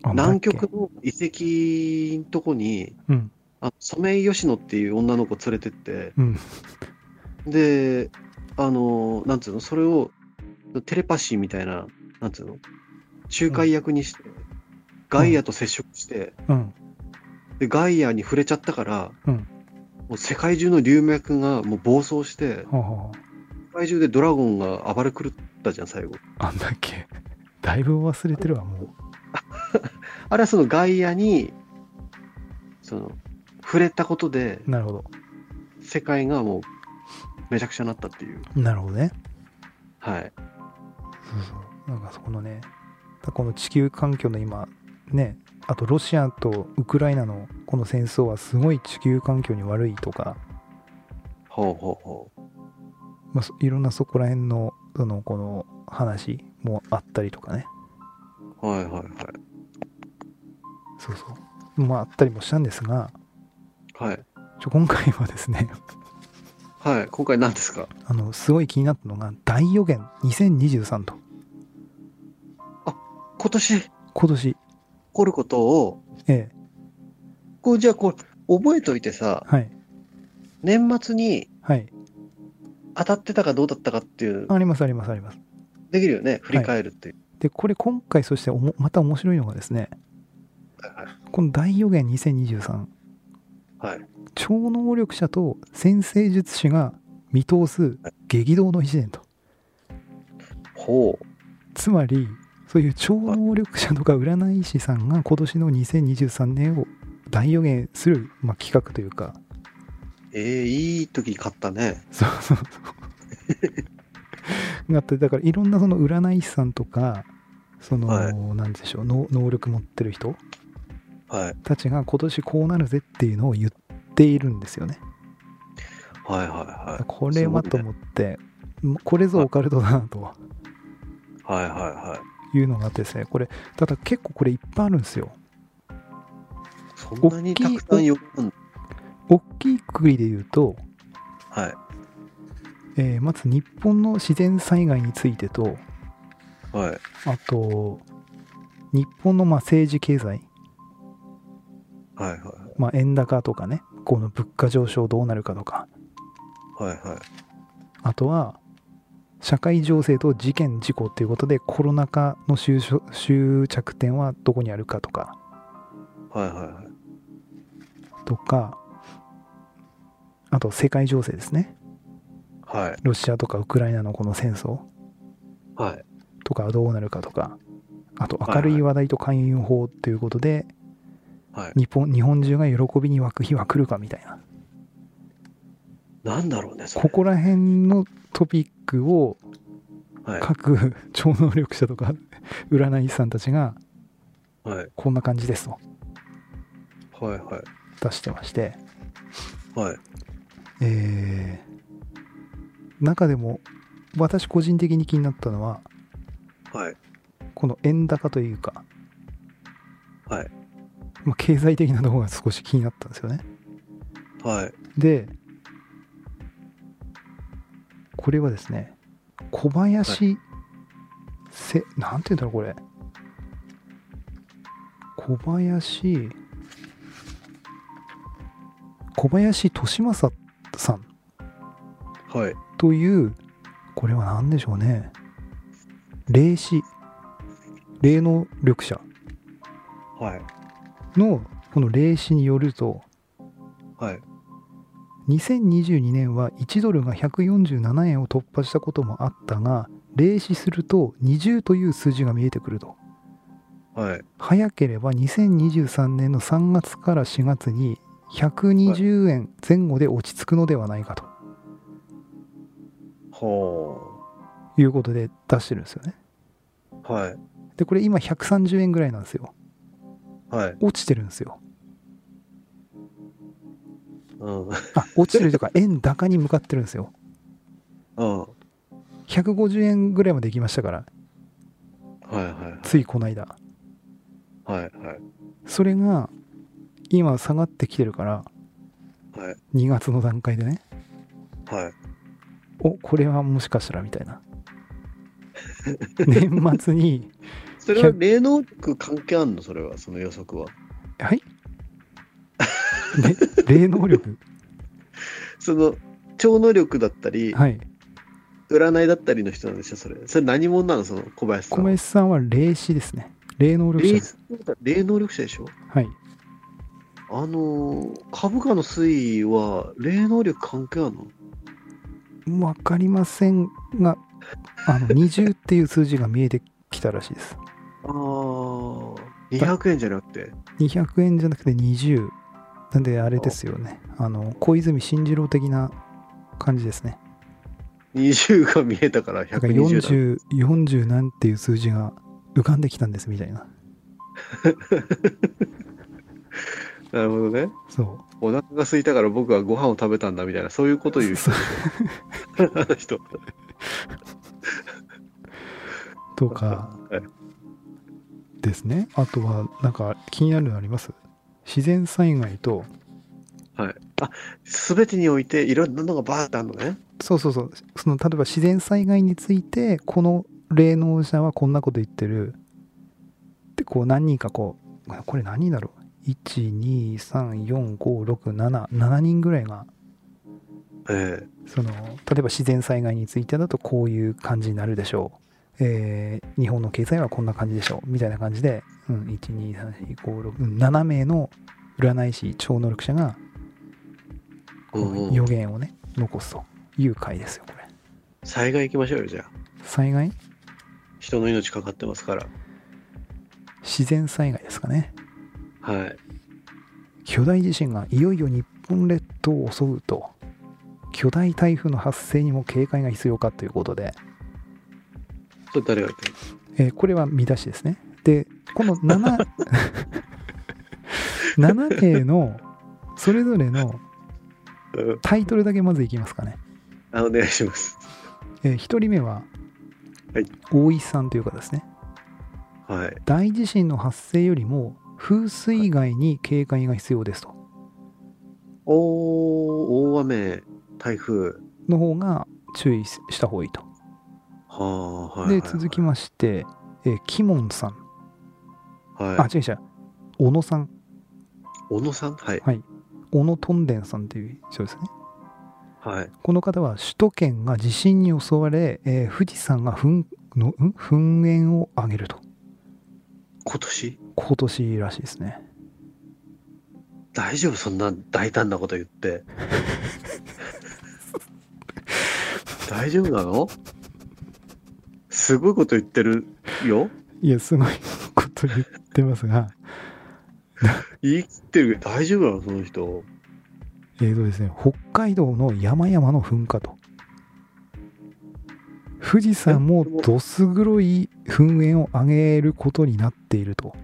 Speaker 1: あ
Speaker 2: 南
Speaker 1: だっ
Speaker 2: 極の遺跡のとこに、
Speaker 1: けうん
Speaker 2: あソメイヨシノっていう女の子連れてって、
Speaker 1: うん
Speaker 2: で、あの、なんつうの、それをテレパシーみたいな、なんつうの、仲介役にして、ガイアと接触して、
Speaker 1: うん
Speaker 2: で、ガイアに触れちゃったから、
Speaker 1: うん
Speaker 2: もう世界中の流脈がもう暴走して、
Speaker 1: はあは
Speaker 2: 世界中でドラゴンが暴れ狂ったじゃん、最後。
Speaker 1: ああんだっけ (laughs) だいぶ忘れてるわもう
Speaker 2: あれはそのガイアに、その、触れたことで、
Speaker 1: なるほ
Speaker 2: 世界がもう、めちゃくちゃになったっていう。
Speaker 1: どなるほどね
Speaker 2: はい。
Speaker 1: そうそうなんかそこのねだこの地球環境の今ねあとロシアとウクライナのこの戦争はすごい地球環境に悪いとか、
Speaker 2: ほうほうほう。
Speaker 1: まあそ、いろんなそこら辺のそのこの話もあったりとかね
Speaker 2: はいはいはい。
Speaker 1: そうそうまああったりもしたんですが
Speaker 2: はい。
Speaker 1: ちょ今回はですね (laughs)
Speaker 2: はい。今回何ですか
Speaker 1: あのすごい気になったのが大予言2023と
Speaker 2: 今年起
Speaker 1: 今年
Speaker 2: こることを、
Speaker 1: ええ
Speaker 2: こうじゃあこう、覚えといてさ、
Speaker 1: はい
Speaker 2: 年末に
Speaker 1: はい
Speaker 2: 当たってたかどうだったかっていう、
Speaker 1: ありますありますあります
Speaker 2: できるよね。振り返るっていう。
Speaker 1: でこれ今回そしておもまた面白いのがですね
Speaker 2: はいはい。
Speaker 1: この大予言2023
Speaker 2: はい、
Speaker 1: 超能力者と先生術師が見通す激動の一年と
Speaker 2: ほ
Speaker 1: つまりそういう超能力者とか占い師さんが今年の2023年を大予言する、まあ、企画というか
Speaker 2: う。ええいい時に買ったね。
Speaker 1: そうそうそう。があってだからいろんなその占い師さんとかその、
Speaker 2: はい
Speaker 1: なんでしょう能能力持ってる人
Speaker 2: はい。
Speaker 1: たちが今年こうなるぜっていうのを言っているんですよね。
Speaker 2: はいは
Speaker 1: これは
Speaker 2: す
Speaker 1: と
Speaker 2: ごいね
Speaker 1: 思って、これぞオカルトだなと
Speaker 2: いはい。はいはいはい。
Speaker 1: いうのがあってですねこれただ結構これいっぱいあるんですよ。
Speaker 2: そんなにたくさん呼ぶんだ。
Speaker 1: 大きいくくりで言うと、
Speaker 2: はい。
Speaker 1: えーまず日本の自然災害についてと
Speaker 2: はい。
Speaker 1: あと日本のまあ政治経済、
Speaker 2: はい。はい。
Speaker 1: まあ、円高とかねこの物価上昇どうなるかとか
Speaker 2: はい。はい。
Speaker 1: あとは社会情勢と事件事故っていうことでコロナ禍の終所終着点はどこにあるかとか
Speaker 2: はい。はい。
Speaker 1: とかあと世界情勢ですね
Speaker 2: はい。
Speaker 1: ロシアとかウクライナのこの戦争
Speaker 2: はい。
Speaker 1: とかどうなるかとかあと明るい話題と勧誘法っていうことで
Speaker 2: はい。
Speaker 1: 日本日本中が喜びに沸く日は来るかみたいな
Speaker 2: なんだろうね、それ。
Speaker 1: ここら辺のトピックを
Speaker 2: はい。
Speaker 1: 各 (laughs) 超能力者とか (laughs) 占い師さんたちが
Speaker 2: はい。
Speaker 1: こんな感じですと
Speaker 2: はい。はい。
Speaker 1: 出してまして
Speaker 2: はい。
Speaker 1: えー中でも私個人的に気になったのは
Speaker 2: はい。
Speaker 1: この円高というか、
Speaker 2: はい
Speaker 1: まあ、経済的なところが少し気になったんですよね
Speaker 2: はい。
Speaker 1: でこれはですね小林、せなんて言うんだろうこれ小林小林利正さん
Speaker 2: はい。
Speaker 1: というこれは何でしょうね霊視霊能力者
Speaker 2: はい。
Speaker 1: のこの霊視によると
Speaker 2: はい。
Speaker 1: 2022年は1ドルが147円を突破したこともあったが霊視すると20という数字が見えてくると
Speaker 2: はい。
Speaker 1: 早ければ2023年の3月から4月に120円前後で落ち着くのではないかと
Speaker 2: ほ
Speaker 1: いうことで出してるんですよね
Speaker 2: う。はい。
Speaker 1: でこれ今130円ぐらいなんですよ
Speaker 2: はい。
Speaker 1: 落ちてるんですよ
Speaker 2: うん。うん。
Speaker 1: あ落ちてるというか円高に向かってるんですよ
Speaker 2: はい。
Speaker 1: 150円ぐらいまで行きましたから
Speaker 2: は
Speaker 1: ついこの間
Speaker 2: い。はい。はい。
Speaker 1: それが今下がってきてるから
Speaker 2: はい。
Speaker 1: 2月の段階でね
Speaker 2: はい。
Speaker 1: おこれはもしかしたらみたいな年末に (laughs)
Speaker 2: それは霊能力関係あんのそれは、その予測は。
Speaker 1: はいね霊能力
Speaker 2: (laughs) その、超能力だったり、
Speaker 1: はい
Speaker 2: 占いだったりの人なんでしょ、それ。それ何者なの、その小林さ
Speaker 1: 小
Speaker 2: んは。
Speaker 1: 林さんは霊視ですね霊能力者です
Speaker 2: 霊霊能力者でしょ
Speaker 1: はい
Speaker 2: あのー株価の推移は霊能力関係あるの
Speaker 1: わかりませんがあの20っていう数字が見えてきたらしいです
Speaker 2: ああ、200円じゃなくて。
Speaker 1: 200円じゃなくて20なんであれですよねあの小泉進次郎的な感じですね
Speaker 2: 20が見えたから
Speaker 1: だから
Speaker 2: 120だ。
Speaker 1: 40, 40なんていう数字が浮かんできたんですみたいな
Speaker 2: なるほどね。
Speaker 1: そ
Speaker 2: お腹が空いたから僕はご飯を食べたんだみたいな、そうい
Speaker 1: (laughs)
Speaker 2: うことを言う人。あの人。
Speaker 1: うとか
Speaker 2: はい
Speaker 1: ですねあとはなんか気になるのあります自然災害と
Speaker 2: 全てにおいていろんなのがバーってあるのね。
Speaker 1: そうそうそうその例えば自然災害についてこの霊能者はこんなこと言ってるでこう何人かこうこれ何人だろう1234567人ぐらいが
Speaker 2: え
Speaker 1: その例えば自然災害についてだとこういう感じになるでしょう、えー日本の経済はこんな感じでしょうみたいな感じで、うん、1234567名の占い師超能力者が
Speaker 2: えうんう
Speaker 1: 予
Speaker 2: ん。
Speaker 1: 言をね残すという回ですよこれ
Speaker 2: 災害行きましょうよ、じゃあ。
Speaker 1: 災害
Speaker 2: 人の命かかってますから。
Speaker 1: 自然災害ですかね
Speaker 2: はい。
Speaker 1: 巨大地震がいよいよ日本列島を襲うと巨大台風の発生にも警戒が必要かということで、
Speaker 2: それ誰が言ってる
Speaker 1: えーこれは見出しですねでこの7
Speaker 2: (laughs)
Speaker 1: 7名のそれぞれの
Speaker 2: うん
Speaker 1: タイトルだけまずいきますかね、
Speaker 2: あお願いします。
Speaker 1: え1人目は、
Speaker 2: はい
Speaker 1: 大石さんという方ですね
Speaker 2: はい。
Speaker 1: 大地震の発生よりも風水害に警戒が必要ですと、
Speaker 2: あおー、大雨、台風。
Speaker 1: の方が注意しした方がいいと。
Speaker 2: はあ、はいはい、はい。
Speaker 1: で、続きまして、えー、キモンさん。あ
Speaker 2: は、い。
Speaker 1: 違う違う。小野さん。
Speaker 2: 小野さんはい。
Speaker 1: はい。小野トンデンさんという人ですね。
Speaker 2: はい。
Speaker 1: この方は首都圏が地震に襲われ、えー富士山が噴のん噴煙を上げると。
Speaker 2: 今年
Speaker 1: 今年らしいですね。
Speaker 2: 大丈夫そんな大胆なこと
Speaker 1: (laughs)
Speaker 2: 言って。大丈夫なのすごいこと言ってるよ。
Speaker 1: いや、すごいこと言ってますが、
Speaker 2: 言い切ってるけど大丈夫なのその人。
Speaker 1: (laughs) えーとですね、北海道の山々の噴火と。富士山もどす黒い噴煙を上げることになっていると。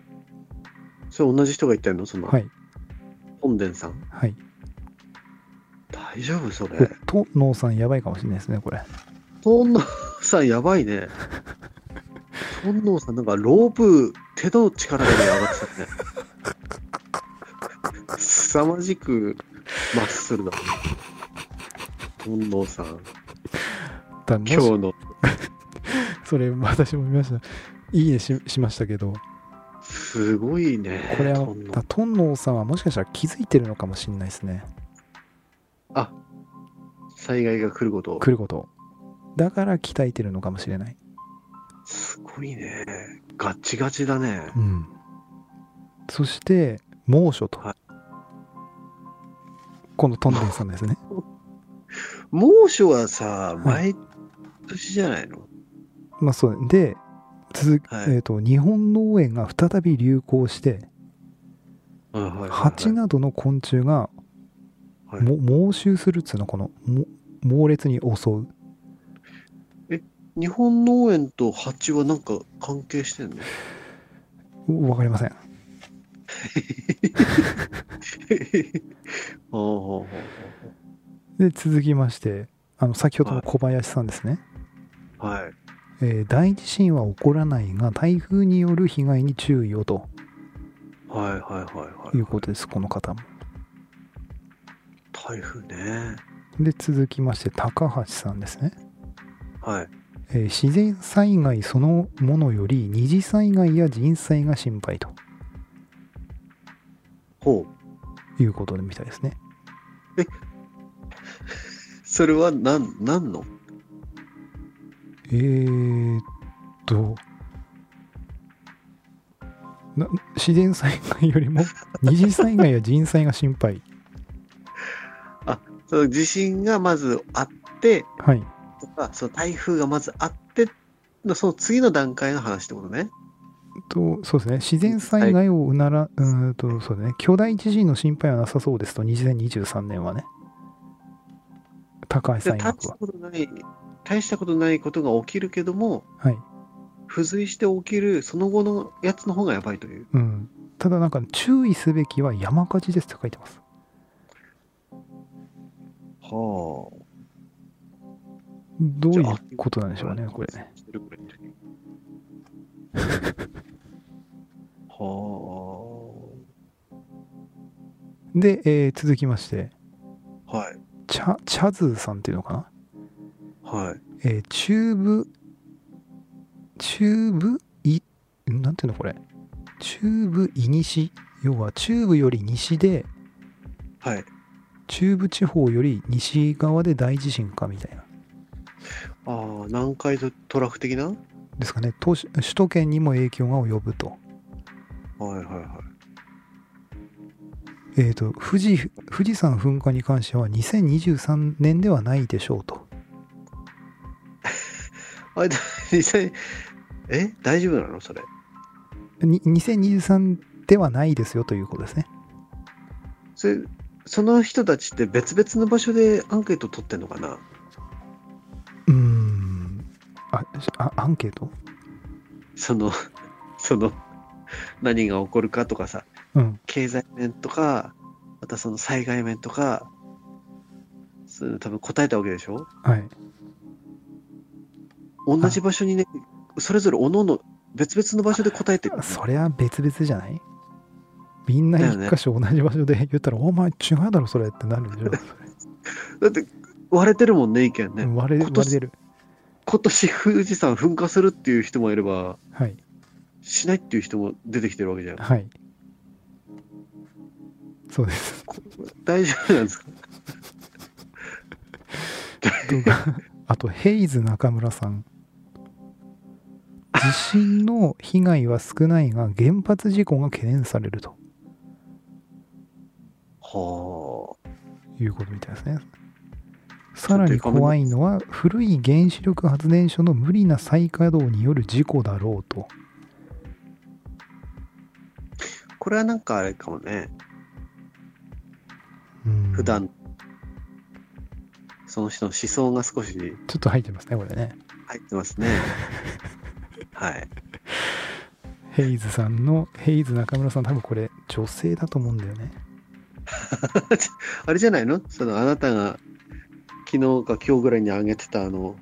Speaker 2: それ同じ人が言ってるのその、
Speaker 1: はい。
Speaker 2: 本殿さん。
Speaker 1: はい。
Speaker 2: 大丈夫そ
Speaker 1: お
Speaker 2: れ。
Speaker 1: と、農さんやばいかもしれないですね、これ。
Speaker 2: 本能さんやばいね。本能さんなんかロープ手の力で上がってたね。凄まじくマッスルだね。本能さん。
Speaker 1: だもし
Speaker 2: 今日の
Speaker 1: それ、私も見ました。いいねししましたけど、
Speaker 2: すごいね。
Speaker 1: これは
Speaker 2: 本能
Speaker 1: だトンノーさんはもしかしたら気づいてるのかもしれないですね
Speaker 2: 災害が来ることを
Speaker 1: 来ることをだから鍛えてるのかもしれない
Speaker 2: すごいね。ガッチガチだね。
Speaker 1: うんそして猛暑と、
Speaker 2: はい
Speaker 1: このトンネルさんですね (laughs)
Speaker 2: 猛暑はさ、毎年じゃないの、
Speaker 1: まあそうで続き、
Speaker 2: はい
Speaker 1: えー、と日本農園が再び流行して
Speaker 2: はいはいはいはい
Speaker 1: 蜂などの昆虫が
Speaker 2: はい
Speaker 1: も猛襲するっつうのこのも猛烈に襲う
Speaker 2: 日本農園と蜂はなんか関係してんの
Speaker 1: うわかりません
Speaker 2: (laughs) ああはあは
Speaker 1: で続きましてあの先ほどの小林さんですね、
Speaker 2: あはあはい。
Speaker 1: えー大地震は起こらないが台風による被害に注意をと
Speaker 2: はいはいはいはい
Speaker 1: い。うことですこの方も
Speaker 2: 台風ね。
Speaker 1: で続きまして高橋さんですね、
Speaker 2: はい。
Speaker 1: えー自然災害そのものより二次災害や人災が心配と
Speaker 2: ほう。
Speaker 1: いうことみたいですね
Speaker 2: それはなん、なんの
Speaker 1: えー、っとな自然災害よりも二次災害や人災が心配
Speaker 2: その地震がまずあって、
Speaker 1: はい
Speaker 2: とか、その台風がまずあって、のその次の段階の話ってことね。
Speaker 1: とそうですね自然災害をうなら、うーんとそうだね巨大地震の心配はなさそうですと2023年はね高橋
Speaker 2: で
Speaker 1: さん
Speaker 2: 大
Speaker 1: 曰く
Speaker 2: した
Speaker 1: は
Speaker 2: ことない、大したことないことが起きるけども、
Speaker 1: はい、
Speaker 2: 付随して起きるその後のやつの方がやばいという。
Speaker 1: うん、ただなんか注意すべきは山火事ですと書いてます
Speaker 2: はあ。
Speaker 1: どういうことなんでしょうねこれね。
Speaker 2: は
Speaker 1: で、えー続きまして
Speaker 2: あ。はい。
Speaker 1: チャチャズーさんっていうのかな、
Speaker 2: はい。
Speaker 1: えーチューブチューブいんなんていうのこれチューブいにし要はチューブより西で
Speaker 2: はい。
Speaker 1: 中部地方より西側で大地震かみたいな
Speaker 2: ああ、南海トラフ的なはい
Speaker 1: ですかね都市首都圏にも影響が及ぶと,、
Speaker 2: はいは
Speaker 1: えー、と富士富士山噴火に関しては2023年ではないでしょうと
Speaker 2: い。あれ、だ実際、え大丈夫なのそれ。
Speaker 1: に2023ではないですよということですね
Speaker 2: それ、その人たちって別々の場所でアンケート取ってんのかな
Speaker 1: うーんああアンケート
Speaker 2: その、 (laughs) その、何が起こるかとかさ、
Speaker 1: うん
Speaker 2: 経済面とか、またその災害面とか、そういうの多分答えたわけでしょ
Speaker 1: はい
Speaker 2: 同じ場所にね、それぞれ各々別々の場所で答えてる。
Speaker 1: それは別々じゃないみんな
Speaker 2: だよね
Speaker 1: 一箇所同じ場所で言ったら、お前違うだろそれってなるでしょ。
Speaker 2: だって、割れてるもんね、意見 (laughs) ね。
Speaker 1: 割れ
Speaker 2: 今
Speaker 1: 割
Speaker 2: 年
Speaker 1: れてる。
Speaker 2: 今年富士山噴火するっていう人もいれば、
Speaker 1: はい。
Speaker 2: しないっていう人も出てきてるわけじゃん。
Speaker 1: はい。そうです。
Speaker 2: 大丈夫なんですか
Speaker 1: (laughs) あと、ヘイズ中村さん。地震の被害は少ないが、原発事故が懸念されると
Speaker 2: は
Speaker 1: いうことみたいですね。さらに怖いのは、古い原子力発電所の無理な再稼働による事故だろうと。
Speaker 2: あ。これはなんかあれかもね。
Speaker 1: うん
Speaker 2: 普段、その人の思想が少し
Speaker 1: ちょっと入ってますね、これね。
Speaker 2: 入ってますね。はい。
Speaker 1: ヘイズさんの、ヘイズ中村さん、多分これ、女性だと思うんだよね。
Speaker 2: あれじゃないのそのあなたが昨日か今日ぐらいに上げてたあの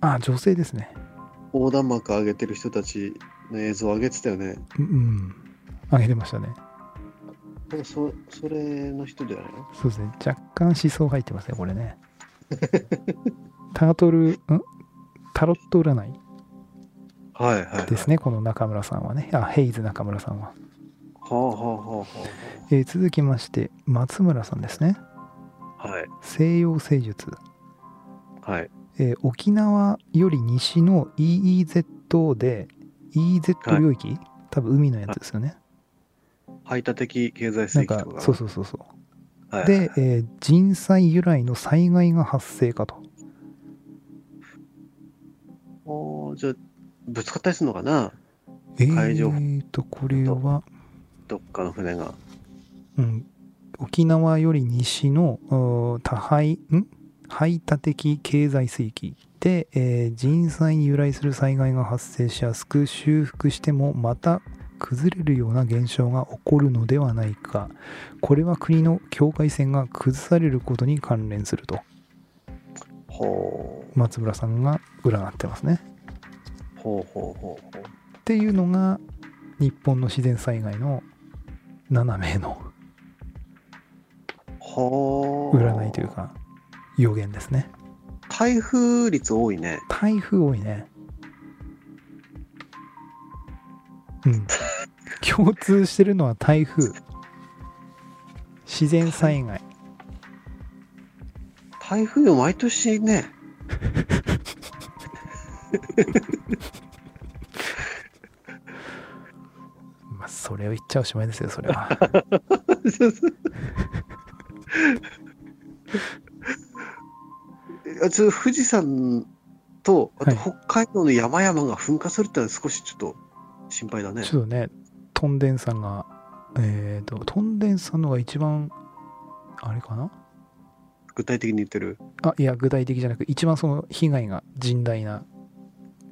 Speaker 1: あ、女性ですね。
Speaker 2: 横断幕上げてる人たちの映像上げてたよね。
Speaker 1: うんうん。あげてましたね。
Speaker 2: そそれの人じゃないの
Speaker 1: そうですね。若干思想入ってますね、これね。 (laughs) タートル、んタロット占い
Speaker 2: はいはい。
Speaker 1: ですね、この中村さんはね。あ、ヘイズ中村さんは。
Speaker 2: はあはあは
Speaker 1: えー続きまして、松村さんですね。
Speaker 2: あはあ。はい
Speaker 1: 西洋聖術。
Speaker 2: はい。
Speaker 1: えー沖縄より西の EEZ で、EEZ 領域、多分海のやつですよね。
Speaker 2: 排他的経済
Speaker 1: な
Speaker 2: 水
Speaker 1: ん
Speaker 2: 域と
Speaker 1: か
Speaker 2: か、
Speaker 1: そうそうそうそう。
Speaker 2: はいはい
Speaker 1: で、えー人災由来の災害が発生かと。
Speaker 2: おーじゃあぶつかったりするのかな
Speaker 1: え
Speaker 2: 海上
Speaker 1: ーと、これは、
Speaker 2: どっかの船が。
Speaker 1: うん、沖縄より西のうー多排ん排他的経済水域で、えー人災に由来する災害が発生しやすく修復してもまた崩れるような現象が起こるのではないかこれは国の境界線が崩されることに関連すると
Speaker 2: ほう
Speaker 1: 松村さんが占ってますね。
Speaker 2: ほうほうほうほう。
Speaker 1: っていうのが日本の自然災害の7名の
Speaker 2: ほう。
Speaker 1: 占いというか予言ですね
Speaker 2: 台風率多いね。
Speaker 1: 台風多いねうん共通してるのは台風自然災害
Speaker 2: 台風を毎年ね。 (laughs)
Speaker 1: まあそれを言っちゃおしまいですよそれは
Speaker 2: あちょっと富士山と、あ
Speaker 1: は
Speaker 2: と
Speaker 1: い
Speaker 2: 北海道の山々が噴火するってのは少しちょっと心配だ (laughs) ね。
Speaker 1: ちょっとねトンデンさんがえっ、とトンデンさんのが一番あれかな
Speaker 2: 具体的に言ってる。
Speaker 1: あいや具体的じゃなく一番その被害が甚大な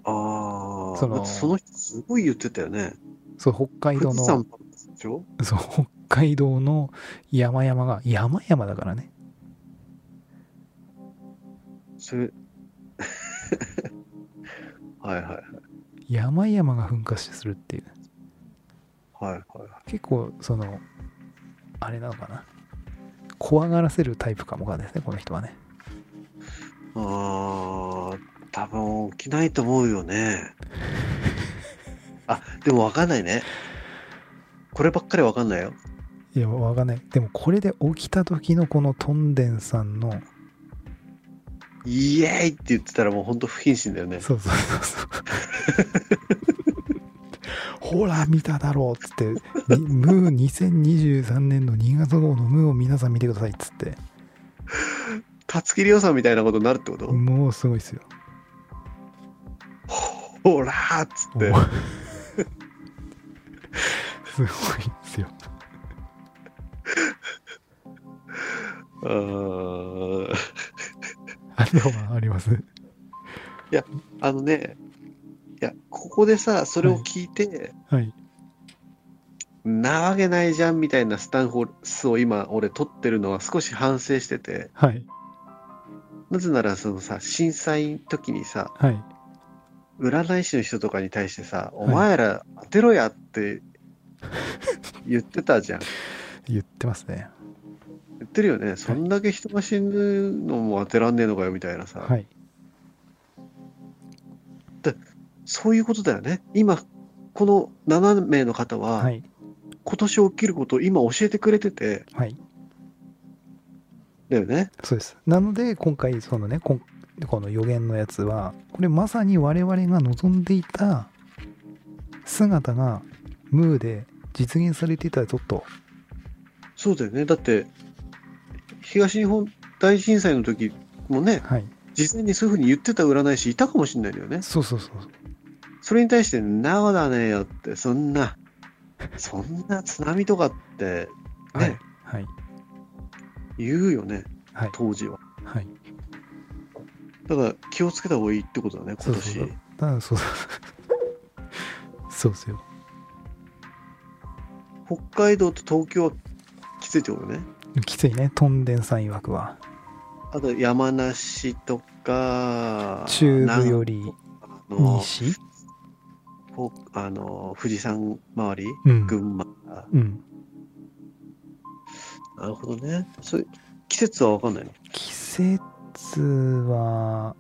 Speaker 2: ああ、
Speaker 1: その
Speaker 2: だってその人すごい言ってたよね。
Speaker 1: そう北海道
Speaker 2: 富士
Speaker 1: の
Speaker 2: 山もでしょ
Speaker 1: そう北海道の山々が山々だからね
Speaker 2: それ。 (laughs) はいはい
Speaker 1: 山々が噴火してするっていう
Speaker 2: はいはい。
Speaker 1: 結構そのあれなのかな怖がらせるタイプかもかですねこの人はね
Speaker 2: ああ、多分起きないと思うよね。 (laughs) あ、でもわかんないね。こればっかりわかんないよ。
Speaker 1: いやわかんないでもこれで起きた時のこのトンデンさんの
Speaker 2: イエーイって言ってたらもう本当不謹慎だよね。
Speaker 1: そうそうそうそう (laughs) ほら見ただろうっつってにムー2023年の2月号のムーを皆さん見てくださいっつって
Speaker 2: 辰木亮さんみたいなことになるってこと、
Speaker 1: もうすごいっすよ
Speaker 2: ほらーっつって
Speaker 1: も。う (laughs) すごいっすよ
Speaker 2: うーん
Speaker 1: あとはあります。
Speaker 2: あのね、いや、ここでさ、それを聞いて、
Speaker 1: はい。
Speaker 2: なわけないじゃんみたいなスタンスを今俺取ってるのは少し反省してて、
Speaker 1: はい。
Speaker 2: なぜならそのさ、震災の時にさ、
Speaker 1: はい。
Speaker 2: 占い師の人とかに対してさ、
Speaker 1: い
Speaker 2: お前ら当てろやって言ってたじゃん。
Speaker 1: 言ってますね。
Speaker 2: 言ってるよね。そんだけ人が死ぬのも当てらんねえのかよみたいなさ。
Speaker 1: はい。
Speaker 2: そういうことだよね。今、この7名の方
Speaker 1: は
Speaker 2: は、
Speaker 1: い。
Speaker 2: 今年起きることを今教えてくれてて、
Speaker 1: はい。
Speaker 2: だよね。
Speaker 1: そうです。なので、今回、そのね、こんこの予言のやつは、これまさに我々が望んでいた姿が、ムーで実現されていたぞと。
Speaker 2: そうだよね。だって、東日本大震災の時もね、
Speaker 1: はい。
Speaker 2: 事前にそういうふうに言ってた占い師いたかもしれないよね。
Speaker 1: そうそうそう。
Speaker 2: それに対して、んなおだねえよって、そんな、そんな津波とかって
Speaker 1: は
Speaker 2: ね
Speaker 1: い。はい。
Speaker 2: 言うよね、
Speaker 1: はい。
Speaker 2: 当時は。
Speaker 1: はい。
Speaker 2: だから気をつけた方がいいってことだね、
Speaker 1: そう
Speaker 2: 今年。
Speaker 1: そうそう。だからそう (laughs) そうそう。そうですよ。
Speaker 2: 北海道と東京はきついってことね。
Speaker 1: きついね、トンデンさん曰くは。
Speaker 2: あと山梨とか、
Speaker 1: 中部よ
Speaker 2: り
Speaker 1: り
Speaker 2: の
Speaker 1: 西
Speaker 2: ほあの富士山周り、
Speaker 1: うん。
Speaker 2: 群馬。
Speaker 1: うん。
Speaker 2: なるほどね。そういう季節は分かん (laughs) ないの。
Speaker 1: 季節は、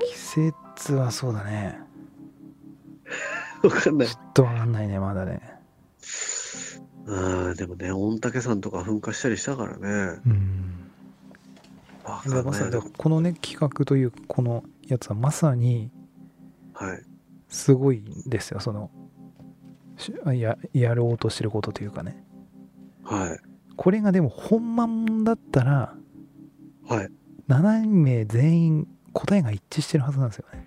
Speaker 1: 季節はそうだね。
Speaker 2: 分かんない
Speaker 1: ち。ょっとわかんないね、まだね。
Speaker 2: うん、でもね、御嶽山とか噴火したりしたからね。
Speaker 1: うん。
Speaker 2: 分か
Speaker 1: だ
Speaker 2: ん
Speaker 1: ま
Speaker 2: な
Speaker 1: さ
Speaker 2: い
Speaker 1: に、
Speaker 2: な
Speaker 1: だからこのね、企画というか、このやつはまさに
Speaker 2: はい。
Speaker 1: すごいんですよ、その、しややろうとしてることというかね。
Speaker 2: はい。
Speaker 1: これがでも本番だったら
Speaker 2: はい。
Speaker 1: 7名全員答えが一致してるはずなんですよね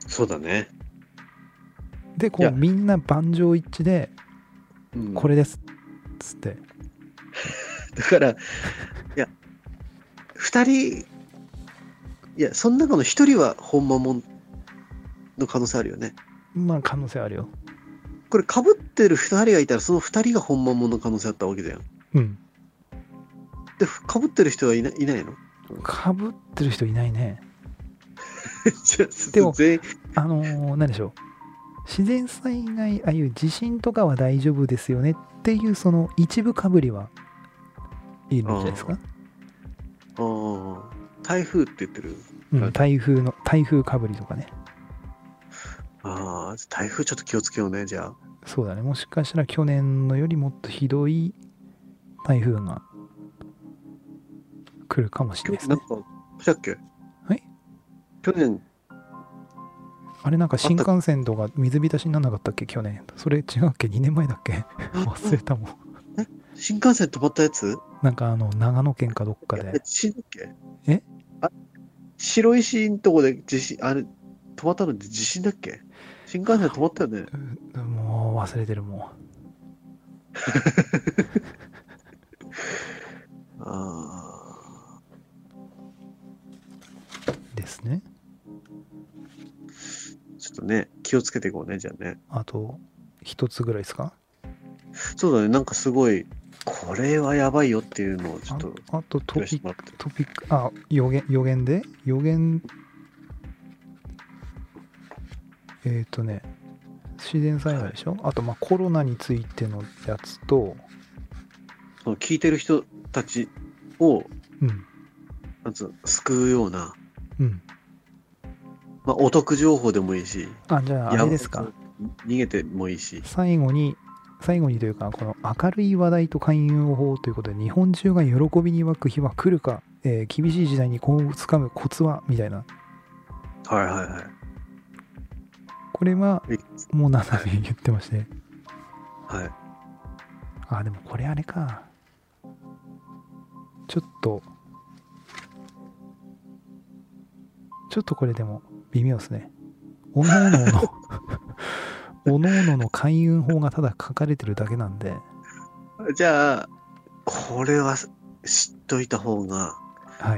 Speaker 2: そうだね。
Speaker 1: でこ
Speaker 2: いうや
Speaker 1: みんな盤上一致で
Speaker 2: うん、
Speaker 1: これですっつって
Speaker 2: だから、いや、二人、いや、その中の一人は本間もんの可能性あるよね。
Speaker 1: まあ可能性あるよ
Speaker 2: これ、かぶってる二人がいたら、その二人が本間もんの可能性あったわけだよ。
Speaker 1: うん
Speaker 2: で、かぶってる人はいないいないの (laughs)
Speaker 1: かぶってる人いないね
Speaker 2: じゃあ
Speaker 1: でも
Speaker 2: 全員、
Speaker 1: あのー、何でしょう自然災害ああいう地震とかは大丈夫ですよねっていうその一部かぶりはいるんじゃないですか、
Speaker 2: あー台風って言ってる。
Speaker 1: うん、台風の台風かぶりとかね
Speaker 2: ああ、台風ちょっと気をつけようね、じゃあ。
Speaker 1: そうだねもしかしたら去年のよりもっとひどい台風が来るかもしれ
Speaker 2: 去
Speaker 1: ないで
Speaker 2: 年
Speaker 1: す
Speaker 2: な
Speaker 1: ね
Speaker 2: んか、したっけ
Speaker 1: はい
Speaker 2: 去年、
Speaker 1: あれなんか新幹線とか水浸しにならなかったっけ去年それ違うっけ2年前だっ (laughs) け忘れたもん
Speaker 2: 新幹線止まったやつ
Speaker 1: なんかあの長野県かどっか
Speaker 2: いや
Speaker 1: で
Speaker 2: 地震だっけ
Speaker 1: え
Speaker 2: あ白石んとこで地震、あれ、止まったのって地震だっけ新幹線止まったよね。
Speaker 1: うもう忘れてるも
Speaker 2: あ
Speaker 1: んですね
Speaker 2: ーちょっとね、気をつけていこうね、じゃあね。
Speaker 1: あと一つぐらいですか
Speaker 2: そうだね、なんかすごい、これはやばいよっていうのをちょ
Speaker 1: あ
Speaker 2: っと、
Speaker 1: あとトピ
Speaker 2: し
Speaker 1: ッ
Speaker 2: てもらって
Speaker 1: ク。トピックあ予言予言で予言えっ、とね自然災害でしょ、あとまあコロナについてのやつと
Speaker 2: その聞いてる人たちを、
Speaker 1: うん
Speaker 2: なんつうの、救うような、
Speaker 1: うん
Speaker 2: まあ、お得情報でもいいし、
Speaker 1: あじゃああ
Speaker 2: や
Speaker 1: れ
Speaker 2: ば
Speaker 1: ですか。
Speaker 2: 逃げてもいいし。
Speaker 1: 最後に最後にというかこの明るい話題と勧誘法ということで日本中が喜びに沸く日は来るか、えー厳しい時代にこうつかむコツはみたいな
Speaker 2: はいはいはい。
Speaker 1: これは
Speaker 2: え
Speaker 1: もう7名言ってまして
Speaker 2: はい。
Speaker 1: あでもこれあれかちょっとちょっとこれでも微妙ですねおの
Speaker 2: (laughs)
Speaker 1: おののおのおのの開運法がただ書かれてるだけなんで
Speaker 2: じゃあ、これは知っといた方が、
Speaker 1: は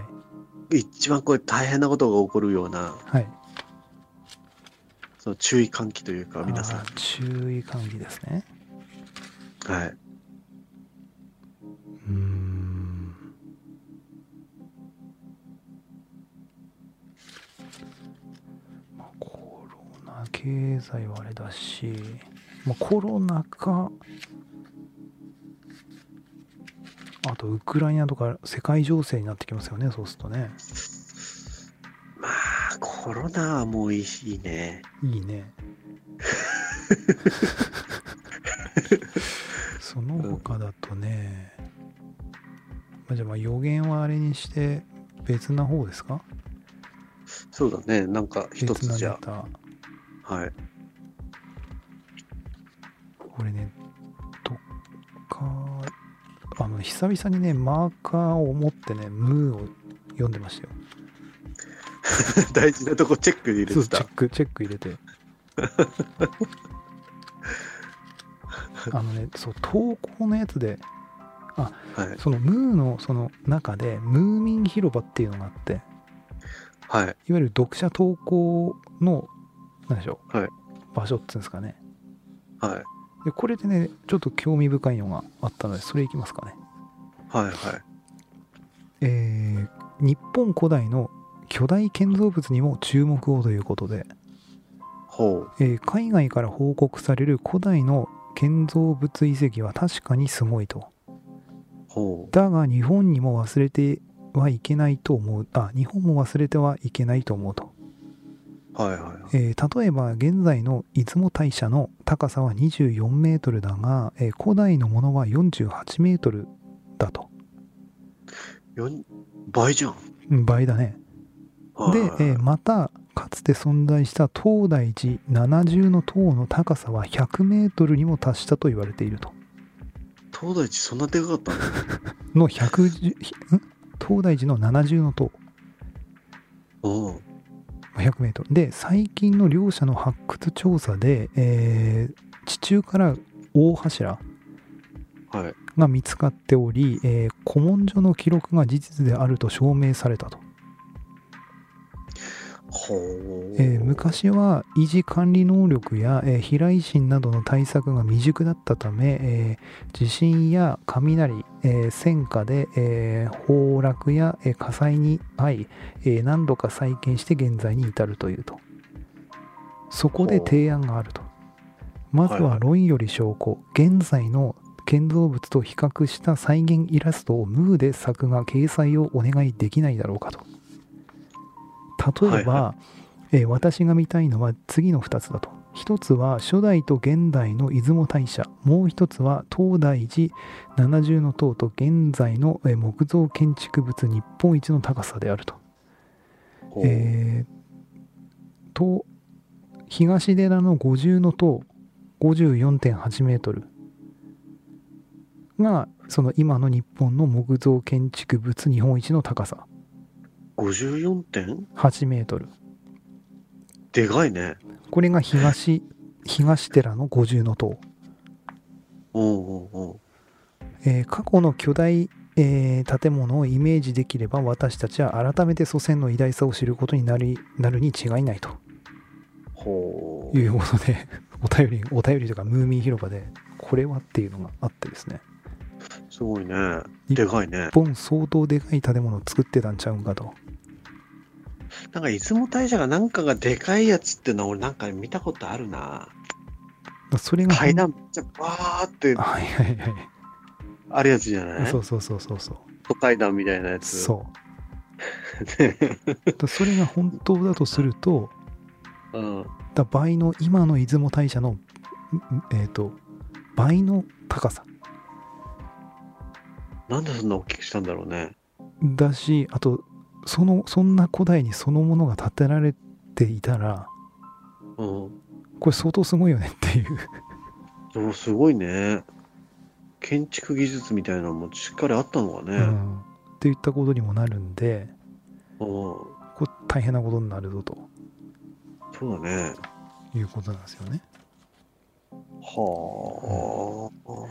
Speaker 1: い
Speaker 2: 一番これ大変なことが起こるような、
Speaker 1: はい
Speaker 2: その注意喚起というか、皆さ
Speaker 1: あー注意喚起ですね
Speaker 2: ん。はい。
Speaker 1: うーんまあコロナ経済はあれだしまあ、コロナか、あとウクライナとか世界情勢になってきますよね、そうするとね。
Speaker 2: まあ、コロナはもういいね。
Speaker 1: いい
Speaker 2: (laughs)
Speaker 1: ね。その他だとね、まあ、じゃあまあ予言はあれにして別な方ですか
Speaker 2: そうだね。なんか一
Speaker 1: 別
Speaker 2: つ
Speaker 1: な
Speaker 2: じ
Speaker 1: ネ
Speaker 2: ゃ、
Speaker 1: タ。
Speaker 2: はい。 (laughs)
Speaker 1: 俺ね、どっか、あの、久々にね、マーカーを持ってね、ムーを読んでましたよ。
Speaker 2: 大事なとこチェックに入
Speaker 1: そ
Speaker 2: れ
Speaker 1: う
Speaker 2: て
Speaker 1: チェ
Speaker 2: た
Speaker 1: ッ。クチェック入れ
Speaker 2: (laughs)
Speaker 1: てあのねそう投稿のやつで
Speaker 2: はい。
Speaker 1: そのムーのその中でムーミン広場っていうのがあっていわ
Speaker 2: はい。
Speaker 1: ゆる読者投稿の何でしょう、
Speaker 2: はい
Speaker 1: 場所っつうんですかね
Speaker 2: はい。
Speaker 1: でこれでねちょっと興味深いのがあったのでそれいきますかね
Speaker 2: はい。はい。
Speaker 1: えー日本古代の巨大建造物にも注目をということで
Speaker 2: ほう。
Speaker 1: えー海外から報告される古代の建造物遺跡は確かにすごいと。
Speaker 2: ほう。
Speaker 1: だが日本にも忘れてはいけないと思う。あ、日本も忘れてはいけないと思うと。
Speaker 2: はい。はい。
Speaker 1: えー例えば現在の出雲大社の高さは24メートルだが、えー古代のものは48メートルだと。
Speaker 2: よん倍じゃん。
Speaker 1: うん倍だね。
Speaker 2: はい
Speaker 1: で、えーまたかつて存在した東大寺70の塔の高さは100メートルにも達したと言われていると。
Speaker 2: 東大寺そんなでかかったの
Speaker 1: の110ひん東大寺の70の塔
Speaker 2: おう
Speaker 1: 1 0 0メートルで最近の両者の発掘調査で、えー地中から大柱
Speaker 2: はい。
Speaker 1: が見つかっており、えー古文書の記録が事実であると証明されたと、
Speaker 2: ほう。
Speaker 1: えー昔は維持管理能力や、えー飛来心などの対策が未熟だったため、えー地震や雷、えー戦火で、えー崩落や、えー火災に遭い、えー何度か再建して現在に至るというとそこで提案があるとまずは論より証拠現在の建造物と比較した再現イラストをムーで作画掲載をお願いできないだろうかと例えば、
Speaker 2: は
Speaker 1: えー私が見たいのは次の2つだと1つは初代と現代の出雲大社もう1つは東大寺70の塔と現在のえー木造建築物日本一の高さであると
Speaker 2: ほう
Speaker 1: えーと東寺の五重の塔54.8メートルがその今の日本の木造建築物日本一の高さ
Speaker 2: 54点
Speaker 1: 8メートル
Speaker 2: でかいね。
Speaker 1: これが東東寺の五重の塔、
Speaker 2: おうおうおう
Speaker 1: えー過去の巨大、えー建物をイメージできれば私たちは改めて祖先の偉大さを知ることになりなるに違いないと
Speaker 2: ほ
Speaker 1: ということで、 (laughs) お便り、お便りとか、ムーミン広場で、これはっていうのがあってですね、
Speaker 2: う。すごいね。でかいね
Speaker 1: 日。本相当でかい建物を作ってたんちゃうんかと。
Speaker 2: なんか出雲大社がなんかがでかいやつってのは俺なんか見たことあるな。
Speaker 1: それが、
Speaker 2: 階段めっちゃバーって
Speaker 1: はいはいはい。
Speaker 2: あるやつじゃない
Speaker 1: そうそうそうそうそう。
Speaker 2: 都会談みたいなやつ。。
Speaker 1: そうう。だそれが本当だとすると、
Speaker 2: (laughs) うん。
Speaker 1: だ倍の、今の出雲大社の、んえっ、と、倍の高さ
Speaker 2: なんでそんな大きくしたんだろうね。
Speaker 1: だし、あと、その、そんな古代にそのものが建てられていたら、
Speaker 2: うん。
Speaker 1: これ相当すごいよねっていう。
Speaker 2: でもすごいね。建築技術みたいなのもしっかりあったのか
Speaker 1: う
Speaker 2: ね。
Speaker 1: ん。っていったことにもなるんで、
Speaker 2: うん。
Speaker 1: これ大変なことになるぞと
Speaker 2: そうだね。
Speaker 1: いうことなんですよね。
Speaker 2: はあ。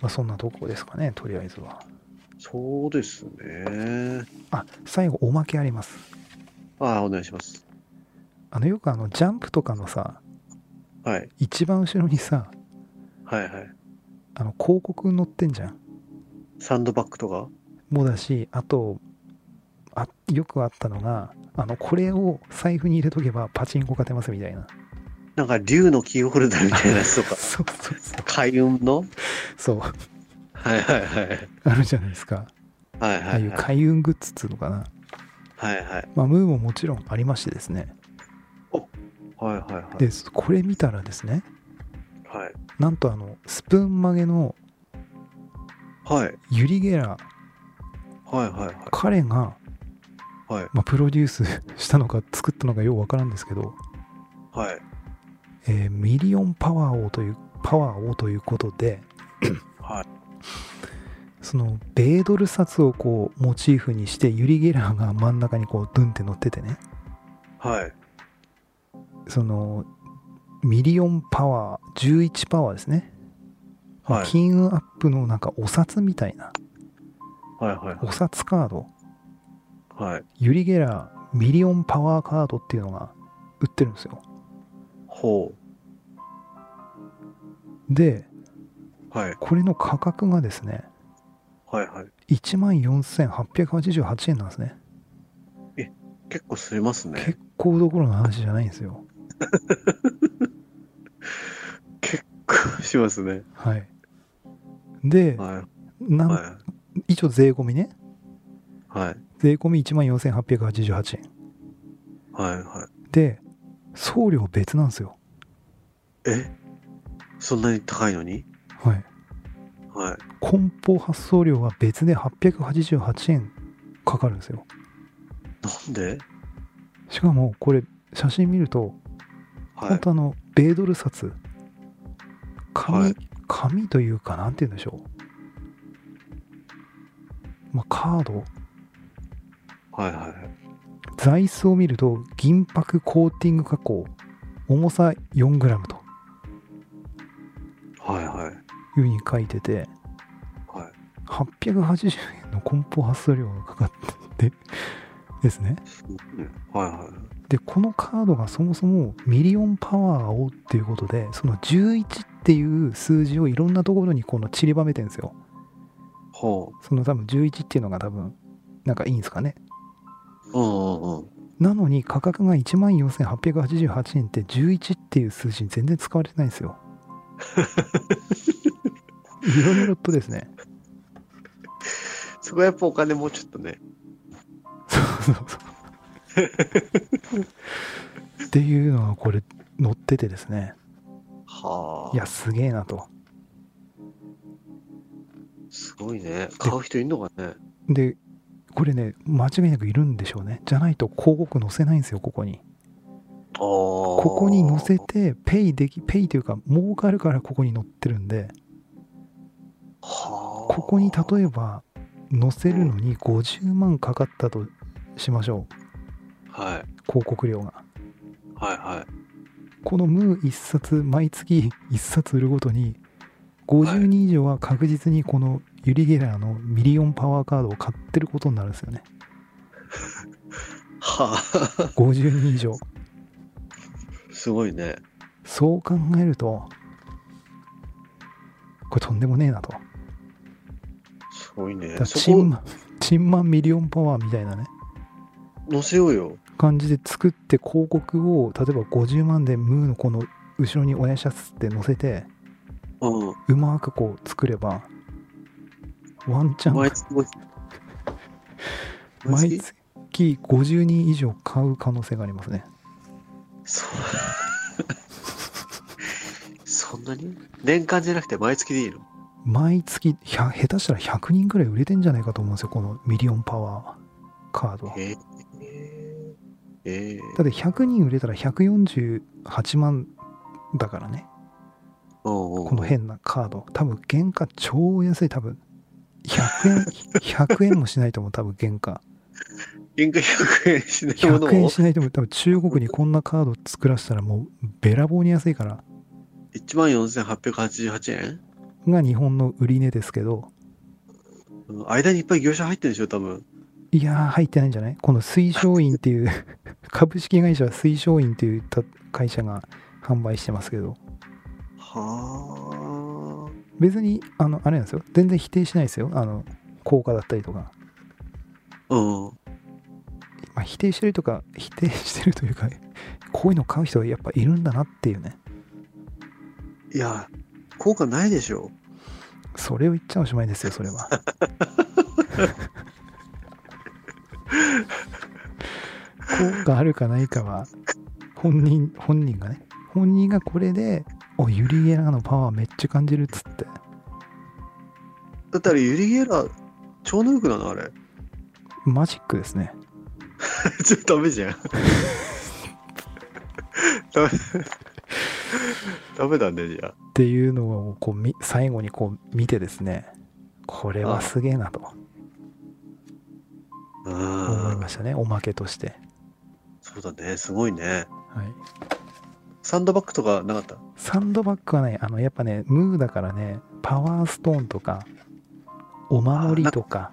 Speaker 1: まあ、そんなとこですかね、とりあえずは。
Speaker 2: そうですね。
Speaker 1: あ、最後、おまけあります。
Speaker 2: ああ、お願いします。
Speaker 1: あの、よくあの、ジャンプとかのさ、
Speaker 2: はい。
Speaker 1: 一番後ろにさ、
Speaker 2: はいはい。
Speaker 1: あの、広告載ってんじゃん。
Speaker 2: サンドバッグとか
Speaker 1: もだし、あと、あよくあったのが、あの、これを財布に入れとけばパチンコ勝てますみたいな。
Speaker 2: なんか竜のキーホルダーみたいなやつとか、
Speaker 1: そうそうそう
Speaker 2: 開運の
Speaker 1: そう
Speaker 2: はいはいはい。
Speaker 1: あるじゃないですか
Speaker 2: はい
Speaker 1: ああ
Speaker 2: はいいうはい。
Speaker 1: 開運グッズっつうのかな
Speaker 2: はいはい。
Speaker 1: まあムーももちろんありましてですね
Speaker 2: はいはいはい
Speaker 1: でこれ見たらですね
Speaker 2: はい。
Speaker 1: なんとあのスプーン曲げの
Speaker 2: はいはい
Speaker 1: ユリ・ゲラー
Speaker 2: はい
Speaker 1: 彼が、
Speaker 2: はい
Speaker 1: まあ、プロデュースしたのか作ったのかようわからんですけど、
Speaker 2: はい。はい
Speaker 1: えーミリオンパワーをというパワーをということで
Speaker 2: はい
Speaker 1: その米ドル札をこうモチーフにしてユリ・ゲラーが真ん中にこうドゥンって乗っててね
Speaker 2: はい
Speaker 1: そのミリオンパワー11パワーですね、まあ
Speaker 2: はい
Speaker 1: 金運アップのなんかお札みたいな
Speaker 2: はいはい
Speaker 1: お札カード
Speaker 2: はい。
Speaker 1: ユリ・ゲラーミリオンパワーカードっていうのが売ってるんですよ
Speaker 2: ほ
Speaker 1: で
Speaker 2: う。はい
Speaker 1: これの価格がですね
Speaker 2: はいはい。
Speaker 1: 1万4888円なんですね
Speaker 2: 結構すりますね。
Speaker 1: 結構どころの話じゃないんですよ
Speaker 2: 結構しますね。
Speaker 1: はいで、
Speaker 2: は
Speaker 1: ないん
Speaker 2: は
Speaker 1: 一応税込みね
Speaker 2: いはい
Speaker 1: 税込み1万4888円
Speaker 2: はいは
Speaker 1: で送料別なんですよ
Speaker 2: い。えそんなに高いのに
Speaker 1: はい
Speaker 2: はい。
Speaker 1: 梱包発送料は別で888円かかるんですよ
Speaker 2: なんで
Speaker 1: しかもこれ写真見ると、
Speaker 2: は
Speaker 1: 本
Speaker 2: い。
Speaker 1: 当あの米ドル札紙、
Speaker 2: はい
Speaker 1: 紙というかなんて言うんでしょうまあカード
Speaker 2: はいはいはい。
Speaker 1: 座椅子を見ると銀箔コーティング加工重さ 4g と
Speaker 2: はいは
Speaker 1: い
Speaker 2: い。
Speaker 1: うふうに書いてて
Speaker 2: はい。
Speaker 1: 880円の梱包発送料がかかっててですね
Speaker 2: はいはい。
Speaker 1: でこのカードがそもそもミリオンパワーをっていうことでその11っていう数字をいろんなところにこの散りばめてるんですよ
Speaker 2: ほ
Speaker 1: その多分11っていうのが多分なんかいいんですかね
Speaker 2: う。うんうんうん。
Speaker 1: なのに価格が14,888円って11っていう数字に全然使われてないんですよいろいろとですね
Speaker 2: そこはやっぱお金もうちょっとね。
Speaker 1: そうそうそうっていうのがこれ載っててですね
Speaker 2: は
Speaker 1: い
Speaker 2: あ。
Speaker 1: やすげえなと
Speaker 2: すごいね。買う人いんのかね。
Speaker 1: でこれね間違いなくいるんでしょうねじゃないと広告載せないんですよここに
Speaker 2: ああ。こ
Speaker 1: ここに載せてペイできペイというか儲かるからここに載ってるんで
Speaker 2: はあ。
Speaker 1: ここに例えば載せるのに50万かかったとしましょう
Speaker 2: はい。
Speaker 1: 広告料が
Speaker 2: はいは
Speaker 1: このムー1冊毎月1冊売るごとに50人以上は確実にこのユリ・ゲラーのミリオンパワーカードを買ってることになるんですよね
Speaker 2: い。は
Speaker 1: 50人以上
Speaker 2: あ。すごいね。
Speaker 1: そう考えるとこれとんでもねえなと
Speaker 2: すごいね
Speaker 1: だ。
Speaker 2: そ
Speaker 1: チン
Speaker 2: こ
Speaker 1: マンチンマンミリオンパワーみたいなね
Speaker 2: 載せようよ。
Speaker 1: 感じで作って広告を例えば50万でムーのこの後ろに親シャツって載せて
Speaker 2: うん。
Speaker 1: うまくこう作ればワンチャン
Speaker 2: 毎月。毎
Speaker 1: 毎
Speaker 2: 月
Speaker 1: 月50人以上買う可能性がありますね
Speaker 2: そ (laughs) そんなに年間じゃなくて毎月でいいの
Speaker 1: 毎月100下手したら100人ぐらい売れてんじゃないかと思うんですよこのミリオンパワーカードは
Speaker 2: へえ。ええ。
Speaker 1: だって100人売れたら148万だからね
Speaker 2: うんうん。
Speaker 1: この変なカード多分原価超安い多分100円100円もしないと思う多分原価
Speaker 2: 原価100円しないもの
Speaker 1: 100円
Speaker 2: を
Speaker 1: しないと思う多分中国にこんなカード作らせたらもうべらぼうに安いから
Speaker 2: 1万4888円
Speaker 1: が日本の売り値ですけど
Speaker 2: うん間にいっぱい業者入ってるでしょ、多分。
Speaker 1: いやー入ってないんじゃないこの推奨院っていう (laughs) 株式会社推奨院っていうた会社が販売してますけど
Speaker 2: は
Speaker 1: 別にあのあれなんですよ全然否定しないですよあの効果だったりとか
Speaker 2: あ。うん。
Speaker 1: まあ、否定してるとか否定してるというかこういうの買う人はやっぱいるんだなっていうね
Speaker 2: いや、効果ないでしょ。
Speaker 1: それを言っちゃおしまいですよそれは効果あるかないかは本人本人がね本人がこれで「おユリ・ゲラーのパワーめっちゃ感じる」っつって
Speaker 2: だったらユリゲラー、超能力なのあれ。 (laughs)
Speaker 1: マジックですね
Speaker 2: ちょっとダメじゃん。 (laughs) ダメ。ダメだね、じゃあ。
Speaker 1: っていうのをこうみ最後にこう見てですねこれはすげえなと思い
Speaker 2: うん
Speaker 1: ましたねおまけとして、
Speaker 2: そうだね、すごいね。
Speaker 1: はい、
Speaker 2: サンドバッグとかなかった
Speaker 1: サンドバッグはねあのやっぱねムーだからねパワーストーンとかお守りとか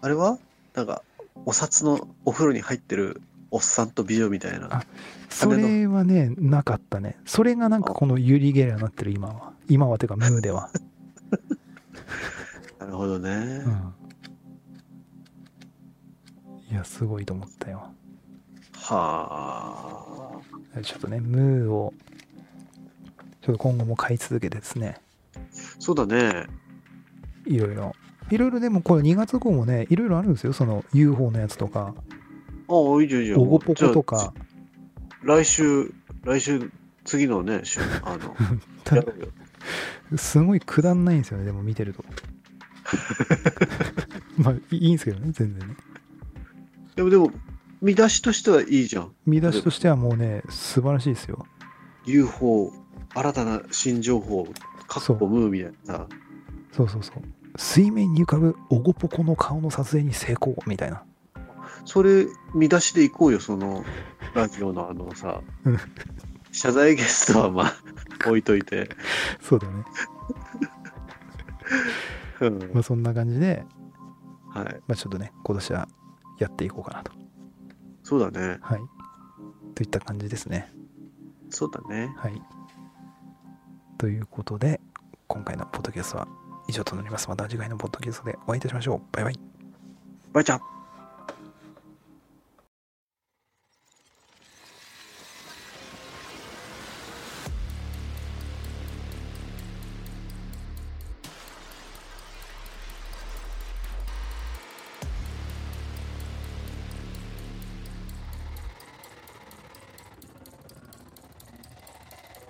Speaker 2: あれはなんか、お札のお風呂に入ってるおっさんと美女みたいな
Speaker 1: あ。それはねなかったねそれがなんかこのユリゲラーになってる今は今はてかムーでは、
Speaker 2: なるほどね
Speaker 1: う。ん、いやすごいと思ったよ
Speaker 2: は
Speaker 1: ちょっとねムーをちょっと今後も買い続けてですね
Speaker 2: あ。そうだね。
Speaker 1: いろいろいろいろでもこれ2月号もねいろいろあるんですよその UFO のやつとか
Speaker 2: ああ、いいじゃん、いいじゃん。
Speaker 1: オゴポコと
Speaker 2: じゃあ
Speaker 1: か。
Speaker 2: 来週、来週、次のね、週、あの、やろうよ
Speaker 1: すごいくだんないんですよねでも見てるとまあいいんですけどね全然ね
Speaker 2: でも、でも、見出しとしてはいいじゃん。
Speaker 1: 見出しとしてはもうね素晴らしいですよ
Speaker 2: UFO、新たな新情報、カッコムーみたいなさ。
Speaker 1: そうそうそう水面に浮かぶオゴポコの顔の撮影に成功みたいな
Speaker 2: それ、見出しでいこうよ、その、ラジオのあのさ
Speaker 1: うん、
Speaker 2: 謝罪ゲストはまあ、置いといて。
Speaker 1: そうだよね
Speaker 2: うん
Speaker 1: まあそんな感じで
Speaker 2: はい。
Speaker 1: まあちょっとね今年はやっていこうかなと
Speaker 2: そうだね。
Speaker 1: はいといった感じですね
Speaker 2: そうだね。
Speaker 1: はい。ということで、今回のポッドキャストは以上となります。また次回のポッドキャストでお会いいたしましょう。バイバイ。
Speaker 2: バイチャ